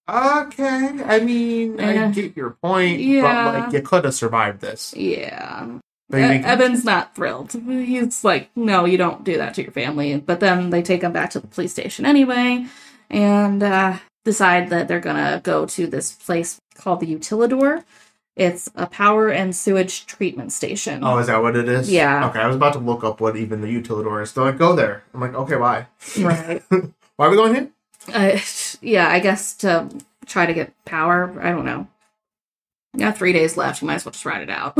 [SPEAKER 2] Okay. I mean,
[SPEAKER 3] Yeah.
[SPEAKER 2] I get your point,
[SPEAKER 3] Yeah.
[SPEAKER 2] but like you could have survived this.
[SPEAKER 3] yeah. E-
[SPEAKER 2] They make-
[SPEAKER 3] Evan's not thrilled. He's like, no, you don't do that to your family. But then they take him back to the police station anyway and uh, decide that they're going to go to this place called the Utilidor. It's a power and sewage treatment station.
[SPEAKER 2] Oh, is that what it is?
[SPEAKER 3] Yeah.
[SPEAKER 2] Okay, I was about to look up what even the utilidor is. They're like, go there. I'm like, okay, why?
[SPEAKER 3] Right.
[SPEAKER 2] Why are we going here?
[SPEAKER 3] uh, yeah, I guess to try to get power. I don't know. You got three days left. You might as well just ride it out.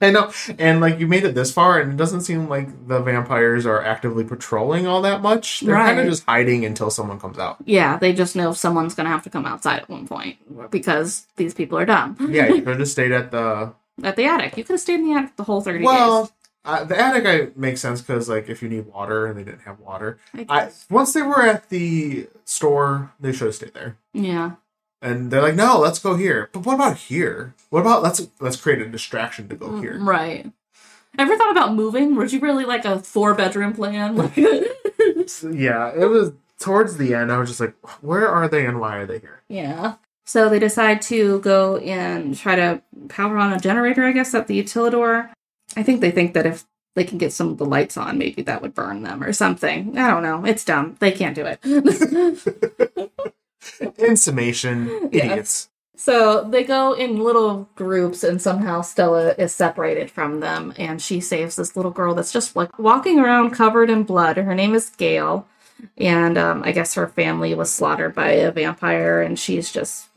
[SPEAKER 2] I know. And like you made it this far, and it doesn't seem like the vampires are actively patrolling all that much. They're kind
[SPEAKER 3] Right.
[SPEAKER 2] of just hiding until someone comes out.
[SPEAKER 3] yeah, they just know someone's going to have to come outside at one point because these people are dumb.
[SPEAKER 2] Yeah, you could have stayed at the
[SPEAKER 3] At the attic. You could have stayed in the attic the whole 30
[SPEAKER 2] well. Uh, the attic I makes sense because like if you need water and they didn't have water.
[SPEAKER 3] days.
[SPEAKER 2] I once they were at the store, they should have stayed there.
[SPEAKER 3] yeah.
[SPEAKER 2] And they're like, no, let's go here. But what about here? What about let's let's create a distraction to
[SPEAKER 3] Mm-hmm.
[SPEAKER 2] go Oh, here?
[SPEAKER 3] Mm, Right. Ever thought about moving? Would you really like a four bedroom plan? Like,
[SPEAKER 2] So, yeah, it was towards the end. I was just like, where are they and why are they here?
[SPEAKER 3] yeah. So they decide to go and try to power on a generator, I guess, at the utilidor. I think they think that if they can get some of the lights on, maybe that would burn them or something. I don't know. It's dumb. They can't do it.
[SPEAKER 2] In summation,
[SPEAKER 3] Yeah.
[SPEAKER 2] idiots.
[SPEAKER 3] So they go in little groups, and somehow Stella is separated from them, and she saves this little girl that's just like walking around covered in blood. Her name is Gail, and um, I guess her family was slaughtered by a vampire, and she's just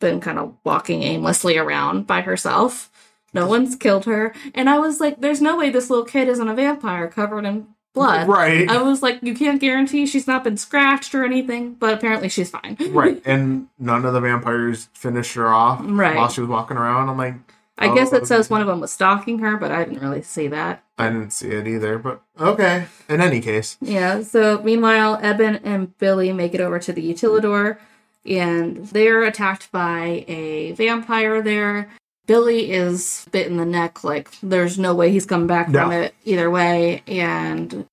[SPEAKER 3] been kind of walking aimlessly around by herself. No one's killed her, and I was like, "There's no way this little kid isn't a vampire covered in blood."
[SPEAKER 2] Right.
[SPEAKER 3] I was like, "You can't guarantee she's not been scratched or anything," but apparently she's fine.
[SPEAKER 2] right. And none of the vampires finished her off
[SPEAKER 3] Right.
[SPEAKER 2] while she was walking around. I'm like,
[SPEAKER 3] I guess
[SPEAKER 2] Oh.
[SPEAKER 3] it says one of them was stalking her, but I didn't really see that.
[SPEAKER 2] I didn't see it either, but okay. In any case.
[SPEAKER 3] Yeah, so meanwhile, Eben and Billy make it over to the utilidor, and they're attacked by a vampire there. Billy is bit in the neck, like, there's no way he's coming back from
[SPEAKER 2] No.
[SPEAKER 3] it either way, and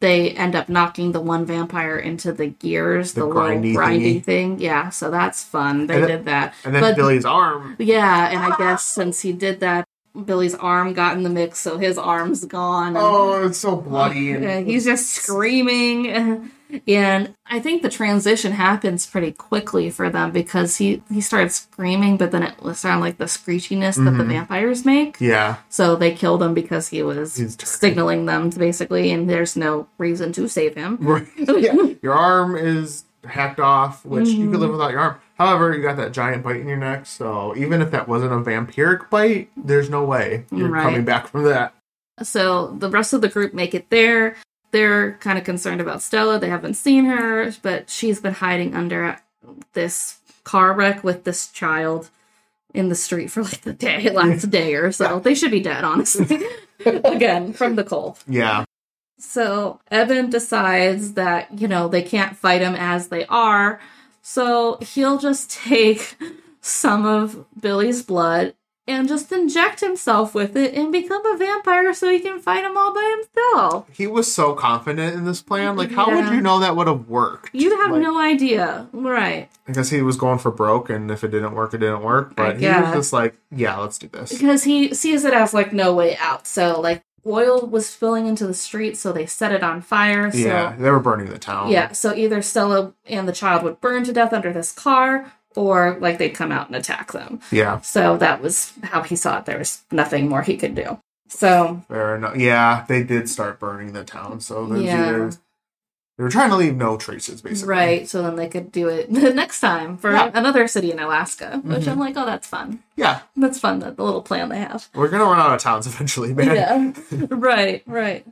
[SPEAKER 3] they end up knocking the one vampire into the gears,
[SPEAKER 2] The
[SPEAKER 3] the, little
[SPEAKER 2] grindy
[SPEAKER 3] grindy,
[SPEAKER 2] thingy.
[SPEAKER 3] thing. Yeah, so that's fun. They
[SPEAKER 2] And then-
[SPEAKER 3] did that.
[SPEAKER 2] And then
[SPEAKER 3] But-
[SPEAKER 2] Billy's arm.
[SPEAKER 3] Yeah, and I guess since he did that, Billy's arm got in the mix, so his arm's gone. and-
[SPEAKER 2] Oh, it's so bloody. And
[SPEAKER 3] Uh, he's just screaming, and I think the transition happens pretty quickly for them because he he started screaming, but then it was sound like the screechiness that the
[SPEAKER 2] Mhm.
[SPEAKER 3] vampires make.
[SPEAKER 2] yeah.
[SPEAKER 3] So they killed him because he was
[SPEAKER 2] He's dirty.
[SPEAKER 3] signaling them basically, and there's no reason to save him.
[SPEAKER 2] Right. yeah. Your arm is hacked off, which you
[SPEAKER 3] Mm-hmm.
[SPEAKER 2] could live without your arm. However, you got that giant bite in your neck, so even if that wasn't a vampiric bite, there's no way you're
[SPEAKER 3] Right.
[SPEAKER 2] coming back from that.
[SPEAKER 3] So the rest of the group make it there. They're kind of concerned about Stella. They haven't seen her, but she's been hiding under this car wreck with this child in the street for like the day, last day or so. They should be dead, honestly. Again, from the cold.
[SPEAKER 2] Yeah.
[SPEAKER 3] So Evan decides that, you know, they can't fight him as they are. So he'll just take some of Billy's blood and just inject himself with it and become a vampire so he can fight him all by himself.
[SPEAKER 2] He was so confident in this plan. Like, how would
[SPEAKER 3] Yeah.
[SPEAKER 2] you know that would have worked?
[SPEAKER 3] You have
[SPEAKER 2] Like-
[SPEAKER 3] no idea. Right.
[SPEAKER 2] I guess he was going for broke, and if it didn't work, it didn't work. But he was
[SPEAKER 3] guess.
[SPEAKER 2] just like, yeah, let's do this.
[SPEAKER 3] Because he sees it as like no way out. So like oil was spilling into the street, so they set it on fire. So
[SPEAKER 2] yeah, they were burning the town.
[SPEAKER 3] Yeah, so either Stella and the child would burn to death under this car, or like they'd come out and attack them.
[SPEAKER 2] Yeah,
[SPEAKER 3] So that was how he saw it. There was nothing more he could do. So
[SPEAKER 2] fair enough. Yeah, they did start burning the town. So there's
[SPEAKER 3] Yeah.
[SPEAKER 2] either they were trying to leave no traces, basically.
[SPEAKER 3] right, so then they could do it the next time for
[SPEAKER 2] Yeah.
[SPEAKER 3] another city in Alaska, which
[SPEAKER 2] Mhm.
[SPEAKER 3] I'm like, oh, that's fun.
[SPEAKER 2] Yeah,
[SPEAKER 3] That's fun. That the little plan they have.
[SPEAKER 2] we're gonna run out of towns eventually, man.
[SPEAKER 3] Yeah. right, right.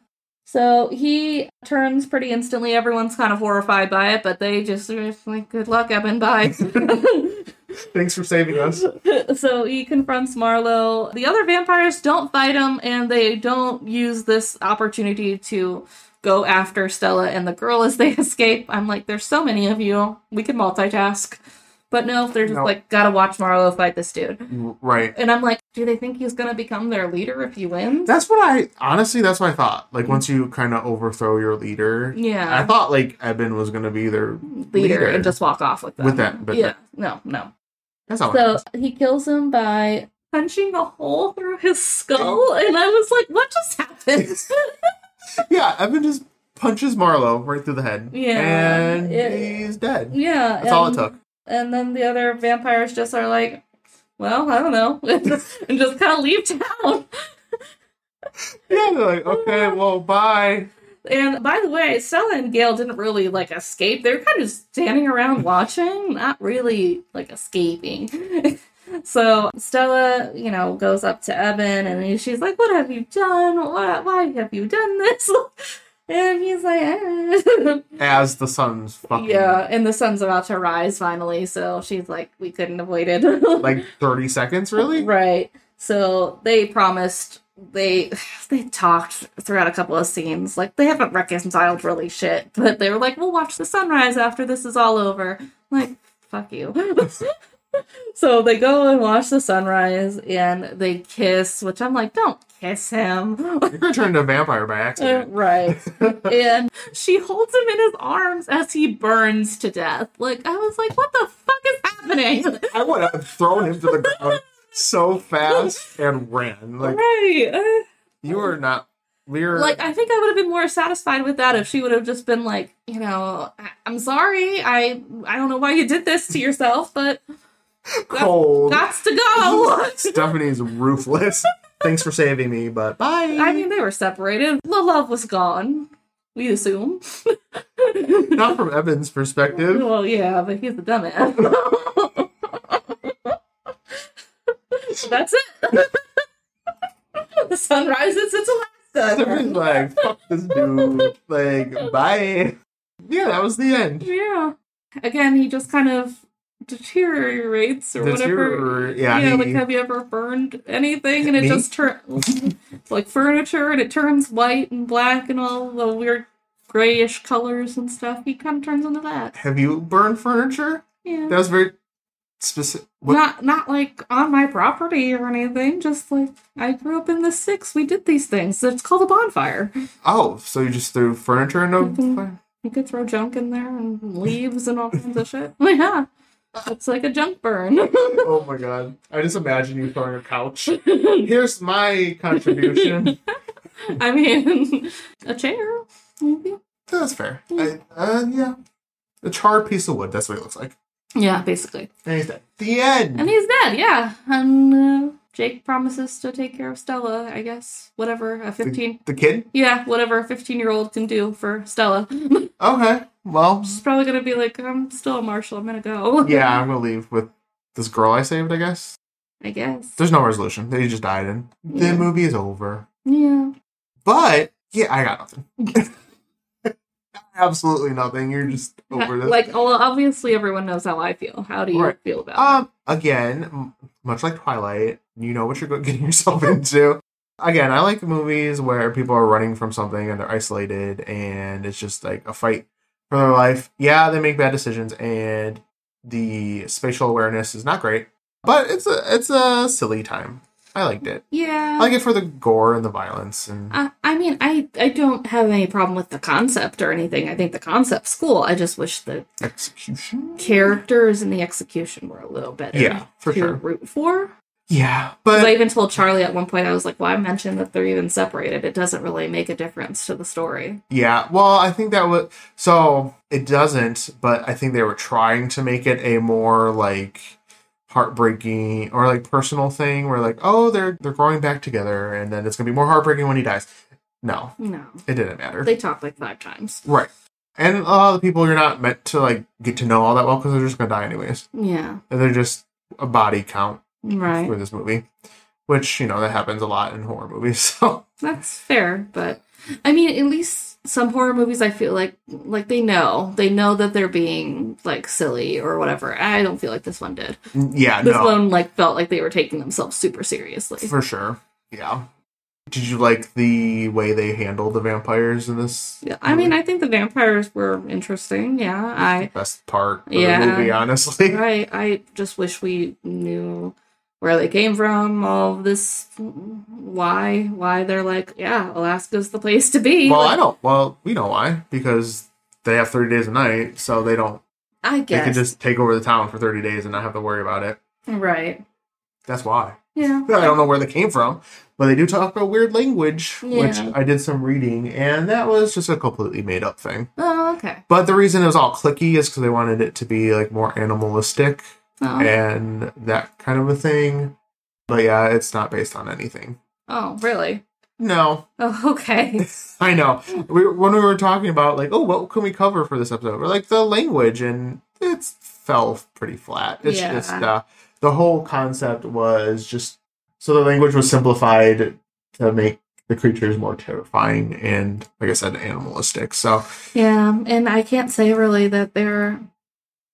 [SPEAKER 3] So he turns pretty instantly. Everyone's kind of horrified by it, but they just are just like, good luck, Evan. Bye.
[SPEAKER 2] Thanks for saving us.
[SPEAKER 3] so he confronts Marlowe. The other vampires don't fight him, and they don't use this opportunity to go after Stella and the girl as they escape. I'm like, there's so many of you. We can multitask. But no, they're just
[SPEAKER 2] No.
[SPEAKER 3] like, gotta watch Marlowe fight this dude.
[SPEAKER 2] Right.
[SPEAKER 3] And I'm like, do they think he's gonna become their leader if he wins?
[SPEAKER 2] That's what I honestly. That's what I thought. Like once you kind of overthrow your leader.
[SPEAKER 3] Yeah.
[SPEAKER 2] I thought like Eben was gonna be their
[SPEAKER 3] leader,
[SPEAKER 2] leader.
[SPEAKER 3] and just walk off with them.
[SPEAKER 2] With that, but-
[SPEAKER 3] yeah, no, no.
[SPEAKER 2] That's not what
[SPEAKER 3] So he kills him by punching a hole through his skull, and I was like, what just happened?
[SPEAKER 2] Yeah, Evan just punches Marlowe right through the head.
[SPEAKER 3] Yeah,
[SPEAKER 2] And
[SPEAKER 3] it-
[SPEAKER 2] he's dead.
[SPEAKER 3] yeah,
[SPEAKER 2] That's all it
[SPEAKER 3] and-
[SPEAKER 2] took.
[SPEAKER 3] And then the other vampires just are like, well, I don't know, and just kind of leave town.
[SPEAKER 2] Yeah, they're like, okay, well, bye.
[SPEAKER 3] And by the way, Stella and Gail didn't really like escape. They were kind of just standing around watching, not really like escaping. so Stella, you know, goes up to Evan and she's like, What have you done? What, why have you done this? And he's like, "Eh."
[SPEAKER 2] As the sun's fucking
[SPEAKER 3] Yeah. And the sun's about to rise finally. So she's like, We couldn't have waited.
[SPEAKER 2] like 30 seconds, really?
[SPEAKER 3] Right. So they promised they they talked throughout a couple of scenes. Like they haven't reconciled really shit, but they were like, "We'll watch the sunrise after this is all over." I'm like, fuck you. so they go and watch the sunrise and they kiss, which I'm like, "Don't kiss him."
[SPEAKER 2] You're gonna turn into a vampire by
[SPEAKER 3] Uh,
[SPEAKER 2] accident.
[SPEAKER 3] right. and she holds him in his arms as he burns to death. Like I was like, "What the fuck is happening?"
[SPEAKER 2] I would have thrown him to the ground so fast and ran. Like,
[SPEAKER 3] right. Uh,
[SPEAKER 2] you are not. We're.
[SPEAKER 3] like i think i would have been more satisfied with that if she would have just been like you know I- i'm sorry i i don't know why you did this to yourself but
[SPEAKER 2] cold.
[SPEAKER 3] that's to go
[SPEAKER 2] Stephanie's ruthless. Thanks for saving me, but bye.
[SPEAKER 3] i mean they were separated the love was gone we assume
[SPEAKER 2] not from Evan's perspective.
[SPEAKER 3] well yeah but he's a dumbass that's it the sun rises it's
[SPEAKER 2] Stephanie's
[SPEAKER 3] alaska
[SPEAKER 2] like, fuck this dude. Like, bye. Yeah, that was the end.
[SPEAKER 3] yeah again he just kind of deteriorates or
[SPEAKER 2] The
[SPEAKER 3] whatever
[SPEAKER 2] tour-
[SPEAKER 3] Yeah,
[SPEAKER 2] yeah, he-
[SPEAKER 3] like have you ever burned anything and it
[SPEAKER 2] Me?
[SPEAKER 3] just turns like furniture and it turns white and black and all the weird grayish colors and stuff. He kind of turns into that.
[SPEAKER 2] have you burned furniture?
[SPEAKER 3] Yeah,
[SPEAKER 2] That was very specific. What?
[SPEAKER 3] not not like on my property or anything. Just like I grew up in the six, we did these things. It's called a bonfire.
[SPEAKER 2] Oh, so you just threw furniture in a
[SPEAKER 3] Mhm.
[SPEAKER 2] fire?
[SPEAKER 3] You could throw junk in there and leaves and all kinds of shit. Yeah, it's like a junk burn.
[SPEAKER 2] Oh my god. I just imagine you throwing a couch. Here's my contribution.
[SPEAKER 3] I mean, a chair. Maybe.
[SPEAKER 2] That's fair. I, uh, yeah. A charred piece of wood. That's what it looks like.
[SPEAKER 3] Yeah, basically.
[SPEAKER 2] And he's dead. The end.
[SPEAKER 3] And he's dead, yeah. And uh, Jake promises to take care of Stella, I guess. Whatever, a 15.
[SPEAKER 2] the kid?
[SPEAKER 3] Yeah, whatever a 15 year old can do for Stella. She's
[SPEAKER 2] Okay. Well,
[SPEAKER 3] probably gonna be like, I'm still a marshal, I'm gonna go.
[SPEAKER 2] yeah, I'm gonna leave with this girl I saved, I guess.
[SPEAKER 3] I guess.
[SPEAKER 2] There's no resolution. They just died in.
[SPEAKER 3] Yeah.
[SPEAKER 2] The movie is over.
[SPEAKER 3] Yeah.
[SPEAKER 2] But yeah, I got nothing. Absolutely nothing. You're just over this.
[SPEAKER 3] Like, well, obviously, everyone knows how I feel. How do you
[SPEAKER 2] Right.
[SPEAKER 3] feel about
[SPEAKER 2] Um, again, m- much like Twilight, you know what you're go- getting yourself into. Again, I like movies where people are running from something and they're isolated, and it's just like a fight for their life. Yeah, they make bad decisions, and the spatial awareness is not great, but it's a it's a silly time. I liked it.
[SPEAKER 3] Yeah.
[SPEAKER 2] I like it for the gore and the violence, and
[SPEAKER 3] I, I mean, I, I don't have any problem with the concept or anything. I think the concept's cool. I just wish the
[SPEAKER 2] execution.
[SPEAKER 3] characters and the execution were a little better
[SPEAKER 2] Yeah, for
[SPEAKER 3] to
[SPEAKER 2] sure.
[SPEAKER 3] root for.
[SPEAKER 2] Yeah,
[SPEAKER 3] Because I
[SPEAKER 2] but
[SPEAKER 3] even told Charlie at one point, I was like, "Why mention that they're even separated? It doesn't really make a difference to the story."
[SPEAKER 2] yeah. Well, I think that was so it doesn't, but I think they were trying to make it a more like heartbreaking or like personal thing where like oh they're they're growing back together and then it's gonna be more heartbreaking when he dies. No,
[SPEAKER 3] No,
[SPEAKER 2] it didn't matter.
[SPEAKER 3] they talk like five times.
[SPEAKER 2] right. And a lot of the people you're not meant to like get to know all that well because they're just gonna die anyways.
[SPEAKER 3] Yeah,
[SPEAKER 2] And they're just a body count
[SPEAKER 3] right.
[SPEAKER 2] for this movie, which you know that happens a lot in horror movies. So
[SPEAKER 3] That's fair, but I mean, at least some horror movies, I feel like like they know they know that they're being like silly or whatever. I don't feel like this one did.
[SPEAKER 2] yeah,
[SPEAKER 3] This
[SPEAKER 2] no.
[SPEAKER 3] one like felt like they were taking themselves super seriously.
[SPEAKER 2] For sure. Yeah. Did you like the way they handled the vampires in this?
[SPEAKER 3] Yeah, I mean, I think the vampires were interesting. Yeah, I
[SPEAKER 2] best part of
[SPEAKER 3] Yeah.
[SPEAKER 2] the movie, honestly.
[SPEAKER 3] Right. I just wish we knew where they came from, all of this, why, why they're like, yeah, Alaska's the place to be.
[SPEAKER 2] Well, I
[SPEAKER 3] Like,
[SPEAKER 2] don't. Well, we know why because they have thirty days a night, so they don't.
[SPEAKER 3] I
[SPEAKER 2] They
[SPEAKER 3] guess.
[SPEAKER 2] can just take over the town for thirty days and not have to worry about it.
[SPEAKER 3] right.
[SPEAKER 2] That's why.
[SPEAKER 3] Yeah.
[SPEAKER 2] I don't know where they came from, but they do talk a weird language, which
[SPEAKER 3] Yeah.
[SPEAKER 2] I did some reading, and that was just a completely made up thing.
[SPEAKER 3] Oh, okay.
[SPEAKER 2] But the reason it was all clicky is because they wanted it to be like more animalistic
[SPEAKER 3] Oh.
[SPEAKER 2] and that kind of a thing. But yeah, it's not based on anything.
[SPEAKER 3] oh, really?
[SPEAKER 2] No,
[SPEAKER 3] Oh, okay.
[SPEAKER 2] I know. We when we were talking about like, oh, what can we cover for this episode? We're like the language, and it fell pretty flat. It's
[SPEAKER 3] Yeah.
[SPEAKER 2] just uh, the whole concept was just so the language was simplified to make the creatures more terrifying and, like I said, animalistic. So
[SPEAKER 3] yeah, and I can't say really that they're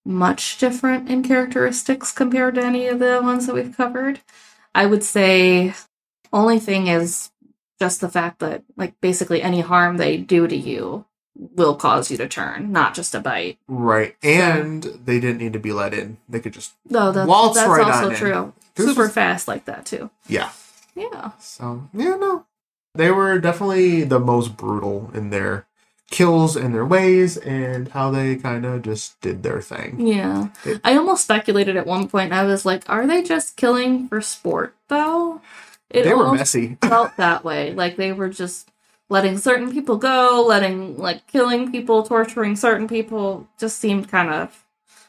[SPEAKER 3] much different in characteristics compared to any of the ones that we've covered. I would say only thing is just the fact that like basically any harm they do to you will cause you to turn, not just a bite.
[SPEAKER 2] right, and they didn't need to be let in; they could just
[SPEAKER 3] No, Oh, that's,
[SPEAKER 2] Waltz
[SPEAKER 3] that's
[SPEAKER 2] right
[SPEAKER 3] also
[SPEAKER 2] on in.
[SPEAKER 3] true.
[SPEAKER 2] This
[SPEAKER 3] Super
[SPEAKER 2] was-
[SPEAKER 3] fast like that too.
[SPEAKER 2] yeah.
[SPEAKER 3] Yeah.
[SPEAKER 2] So yeah, no, they were definitely the most brutal in their kills and their ways and how they kind of just did their thing.
[SPEAKER 3] Yeah.
[SPEAKER 2] It-
[SPEAKER 3] I almost speculated at one point. I was like, are they just killing for sport though? It
[SPEAKER 2] they were
[SPEAKER 3] almost
[SPEAKER 2] messy.
[SPEAKER 3] felt that way. Like they were just letting certain people go, letting like killing people, torturing certain people just seemed kind of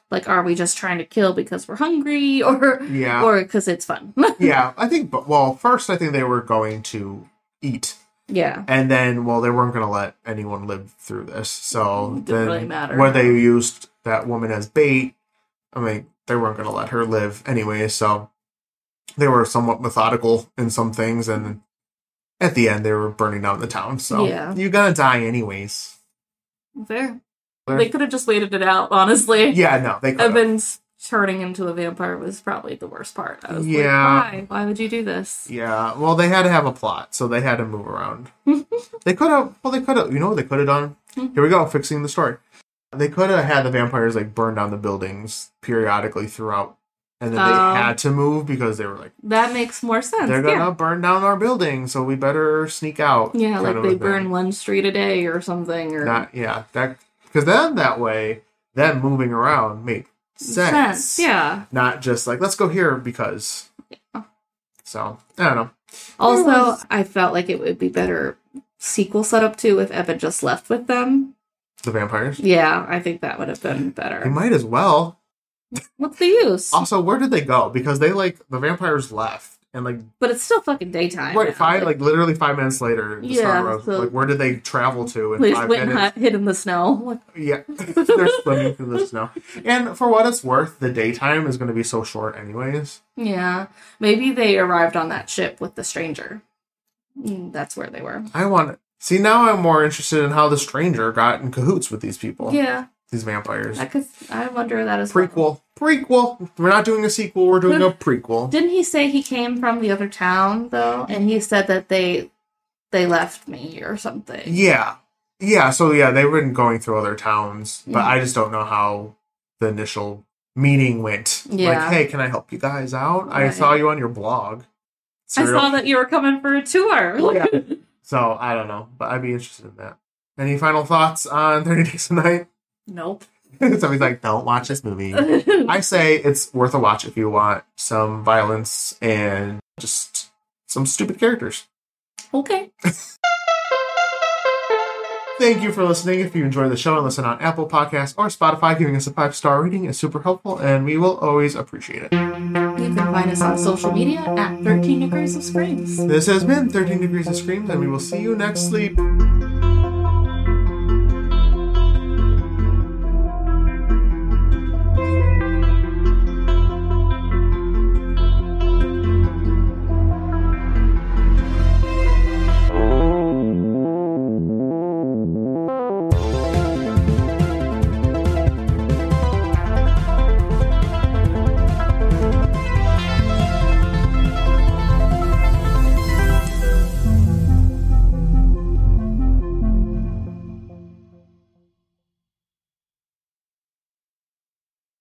[SPEAKER 3] like are we just trying to kill because we're hungry or
[SPEAKER 2] yeah,
[SPEAKER 3] or cuz it's fun.
[SPEAKER 2] yeah. I think, but well, first I think they were going to eat,
[SPEAKER 3] yeah.
[SPEAKER 2] and then well, they weren't going to let anyone live through this. So
[SPEAKER 3] Mm, Didn't
[SPEAKER 2] then,
[SPEAKER 3] really matter.
[SPEAKER 2] where they used that woman as bait, I mean, they weren't going to let her live anyway. So they were somewhat methodical in some things, and at the end, they were burning down the town. So
[SPEAKER 3] Yeah.
[SPEAKER 2] you're going to die anyways.
[SPEAKER 3] Fair.
[SPEAKER 2] Fair.
[SPEAKER 3] They could have just waited it out, honestly.
[SPEAKER 2] Yeah, no, they could.
[SPEAKER 3] Evans turning into a vampire was probably the worst part. I was
[SPEAKER 2] Yeah.
[SPEAKER 3] like, why? Why would you do this?
[SPEAKER 2] Yeah, well, they had to have a plot, so they had to move around. they could have, well, they could have, you know what they could have done?
[SPEAKER 3] Hmm.
[SPEAKER 2] Here we go, fixing the story. They could have had the vampires like burn down the buildings periodically throughout, and then they
[SPEAKER 3] Oh.
[SPEAKER 2] had to move because they were like,
[SPEAKER 3] That makes more sense.
[SPEAKER 2] they're gonna
[SPEAKER 3] yeah.
[SPEAKER 2] burn down our building, so we better sneak out.
[SPEAKER 3] Yeah,
[SPEAKER 2] kind
[SPEAKER 3] like
[SPEAKER 2] of a
[SPEAKER 3] they
[SPEAKER 2] thing.
[SPEAKER 3] burn one street a day or something, or
[SPEAKER 2] Not, yeah, that because then that way, them moving around made sense.
[SPEAKER 3] Yeah.
[SPEAKER 2] Not just like let's go here because. So I don't know.
[SPEAKER 3] Also,
[SPEAKER 2] was-
[SPEAKER 3] I felt like it would be better sequel setup too if Evan just left with them.
[SPEAKER 2] The vampires.
[SPEAKER 3] Yeah, I think that would have been
[SPEAKER 2] You
[SPEAKER 3] better.
[SPEAKER 2] might Oh. as well.
[SPEAKER 3] What's the use?
[SPEAKER 2] Also, where did they go? Because they like the vampires left, and like
[SPEAKER 3] But it's still fucking daytime.
[SPEAKER 2] right
[SPEAKER 3] now.
[SPEAKER 2] five, like literally five minutes later, the
[SPEAKER 3] Yeah,
[SPEAKER 2] yeah,
[SPEAKER 3] so-
[SPEAKER 2] like where did they travel to? In
[SPEAKER 3] they just
[SPEAKER 2] five
[SPEAKER 3] went and
[SPEAKER 2] minutes,
[SPEAKER 3] hi- hid in the snow. Like,
[SPEAKER 2] yeah, they're swimming through the snow. And for what it's worth, the daytime is going to be so short, anyways.
[SPEAKER 3] yeah, maybe they arrived on that ship with the stranger. Mm, That's where they were.
[SPEAKER 2] I want see now. I'm more interested in how the stranger got in cahoots with these people,
[SPEAKER 3] Yeah,
[SPEAKER 2] these vampires.
[SPEAKER 3] I could. I wonder that as well.
[SPEAKER 2] Prequel, prequel. We're not doing a sequel. We're doing a prequel.
[SPEAKER 3] Didn't he say he came from the other town though? And he said that they they left me or something.
[SPEAKER 2] Yeah. Yeah, so yeah, they've been going through other towns, but
[SPEAKER 3] Mhm.
[SPEAKER 2] I just don't know how the initial meeting went.
[SPEAKER 3] Yeah.
[SPEAKER 2] Like, hey, can I help you guys out? I
[SPEAKER 3] Right.
[SPEAKER 2] saw you on your blog.
[SPEAKER 3] I
[SPEAKER 2] Serial- Oh,
[SPEAKER 3] saw that you were coming for a tour.
[SPEAKER 2] Yeah. So I don't know, but I'd be interested in that. Any final thoughts on 30 Days a Night?
[SPEAKER 3] Nope.
[SPEAKER 2] Somebody's like, don't watch this movie. I say it's worth a watch if you want some violence and just some stupid characters.
[SPEAKER 3] okay.
[SPEAKER 2] Thank you for listening. If you enjoy the show and listen on Apple Podcasts or Spotify, giving us a five star rating is super helpful and we will always appreciate it.
[SPEAKER 3] You can find us on social media at 13 Degrees of Screams.
[SPEAKER 2] This has been 13 Degrees of Screams and we will see you next sleep.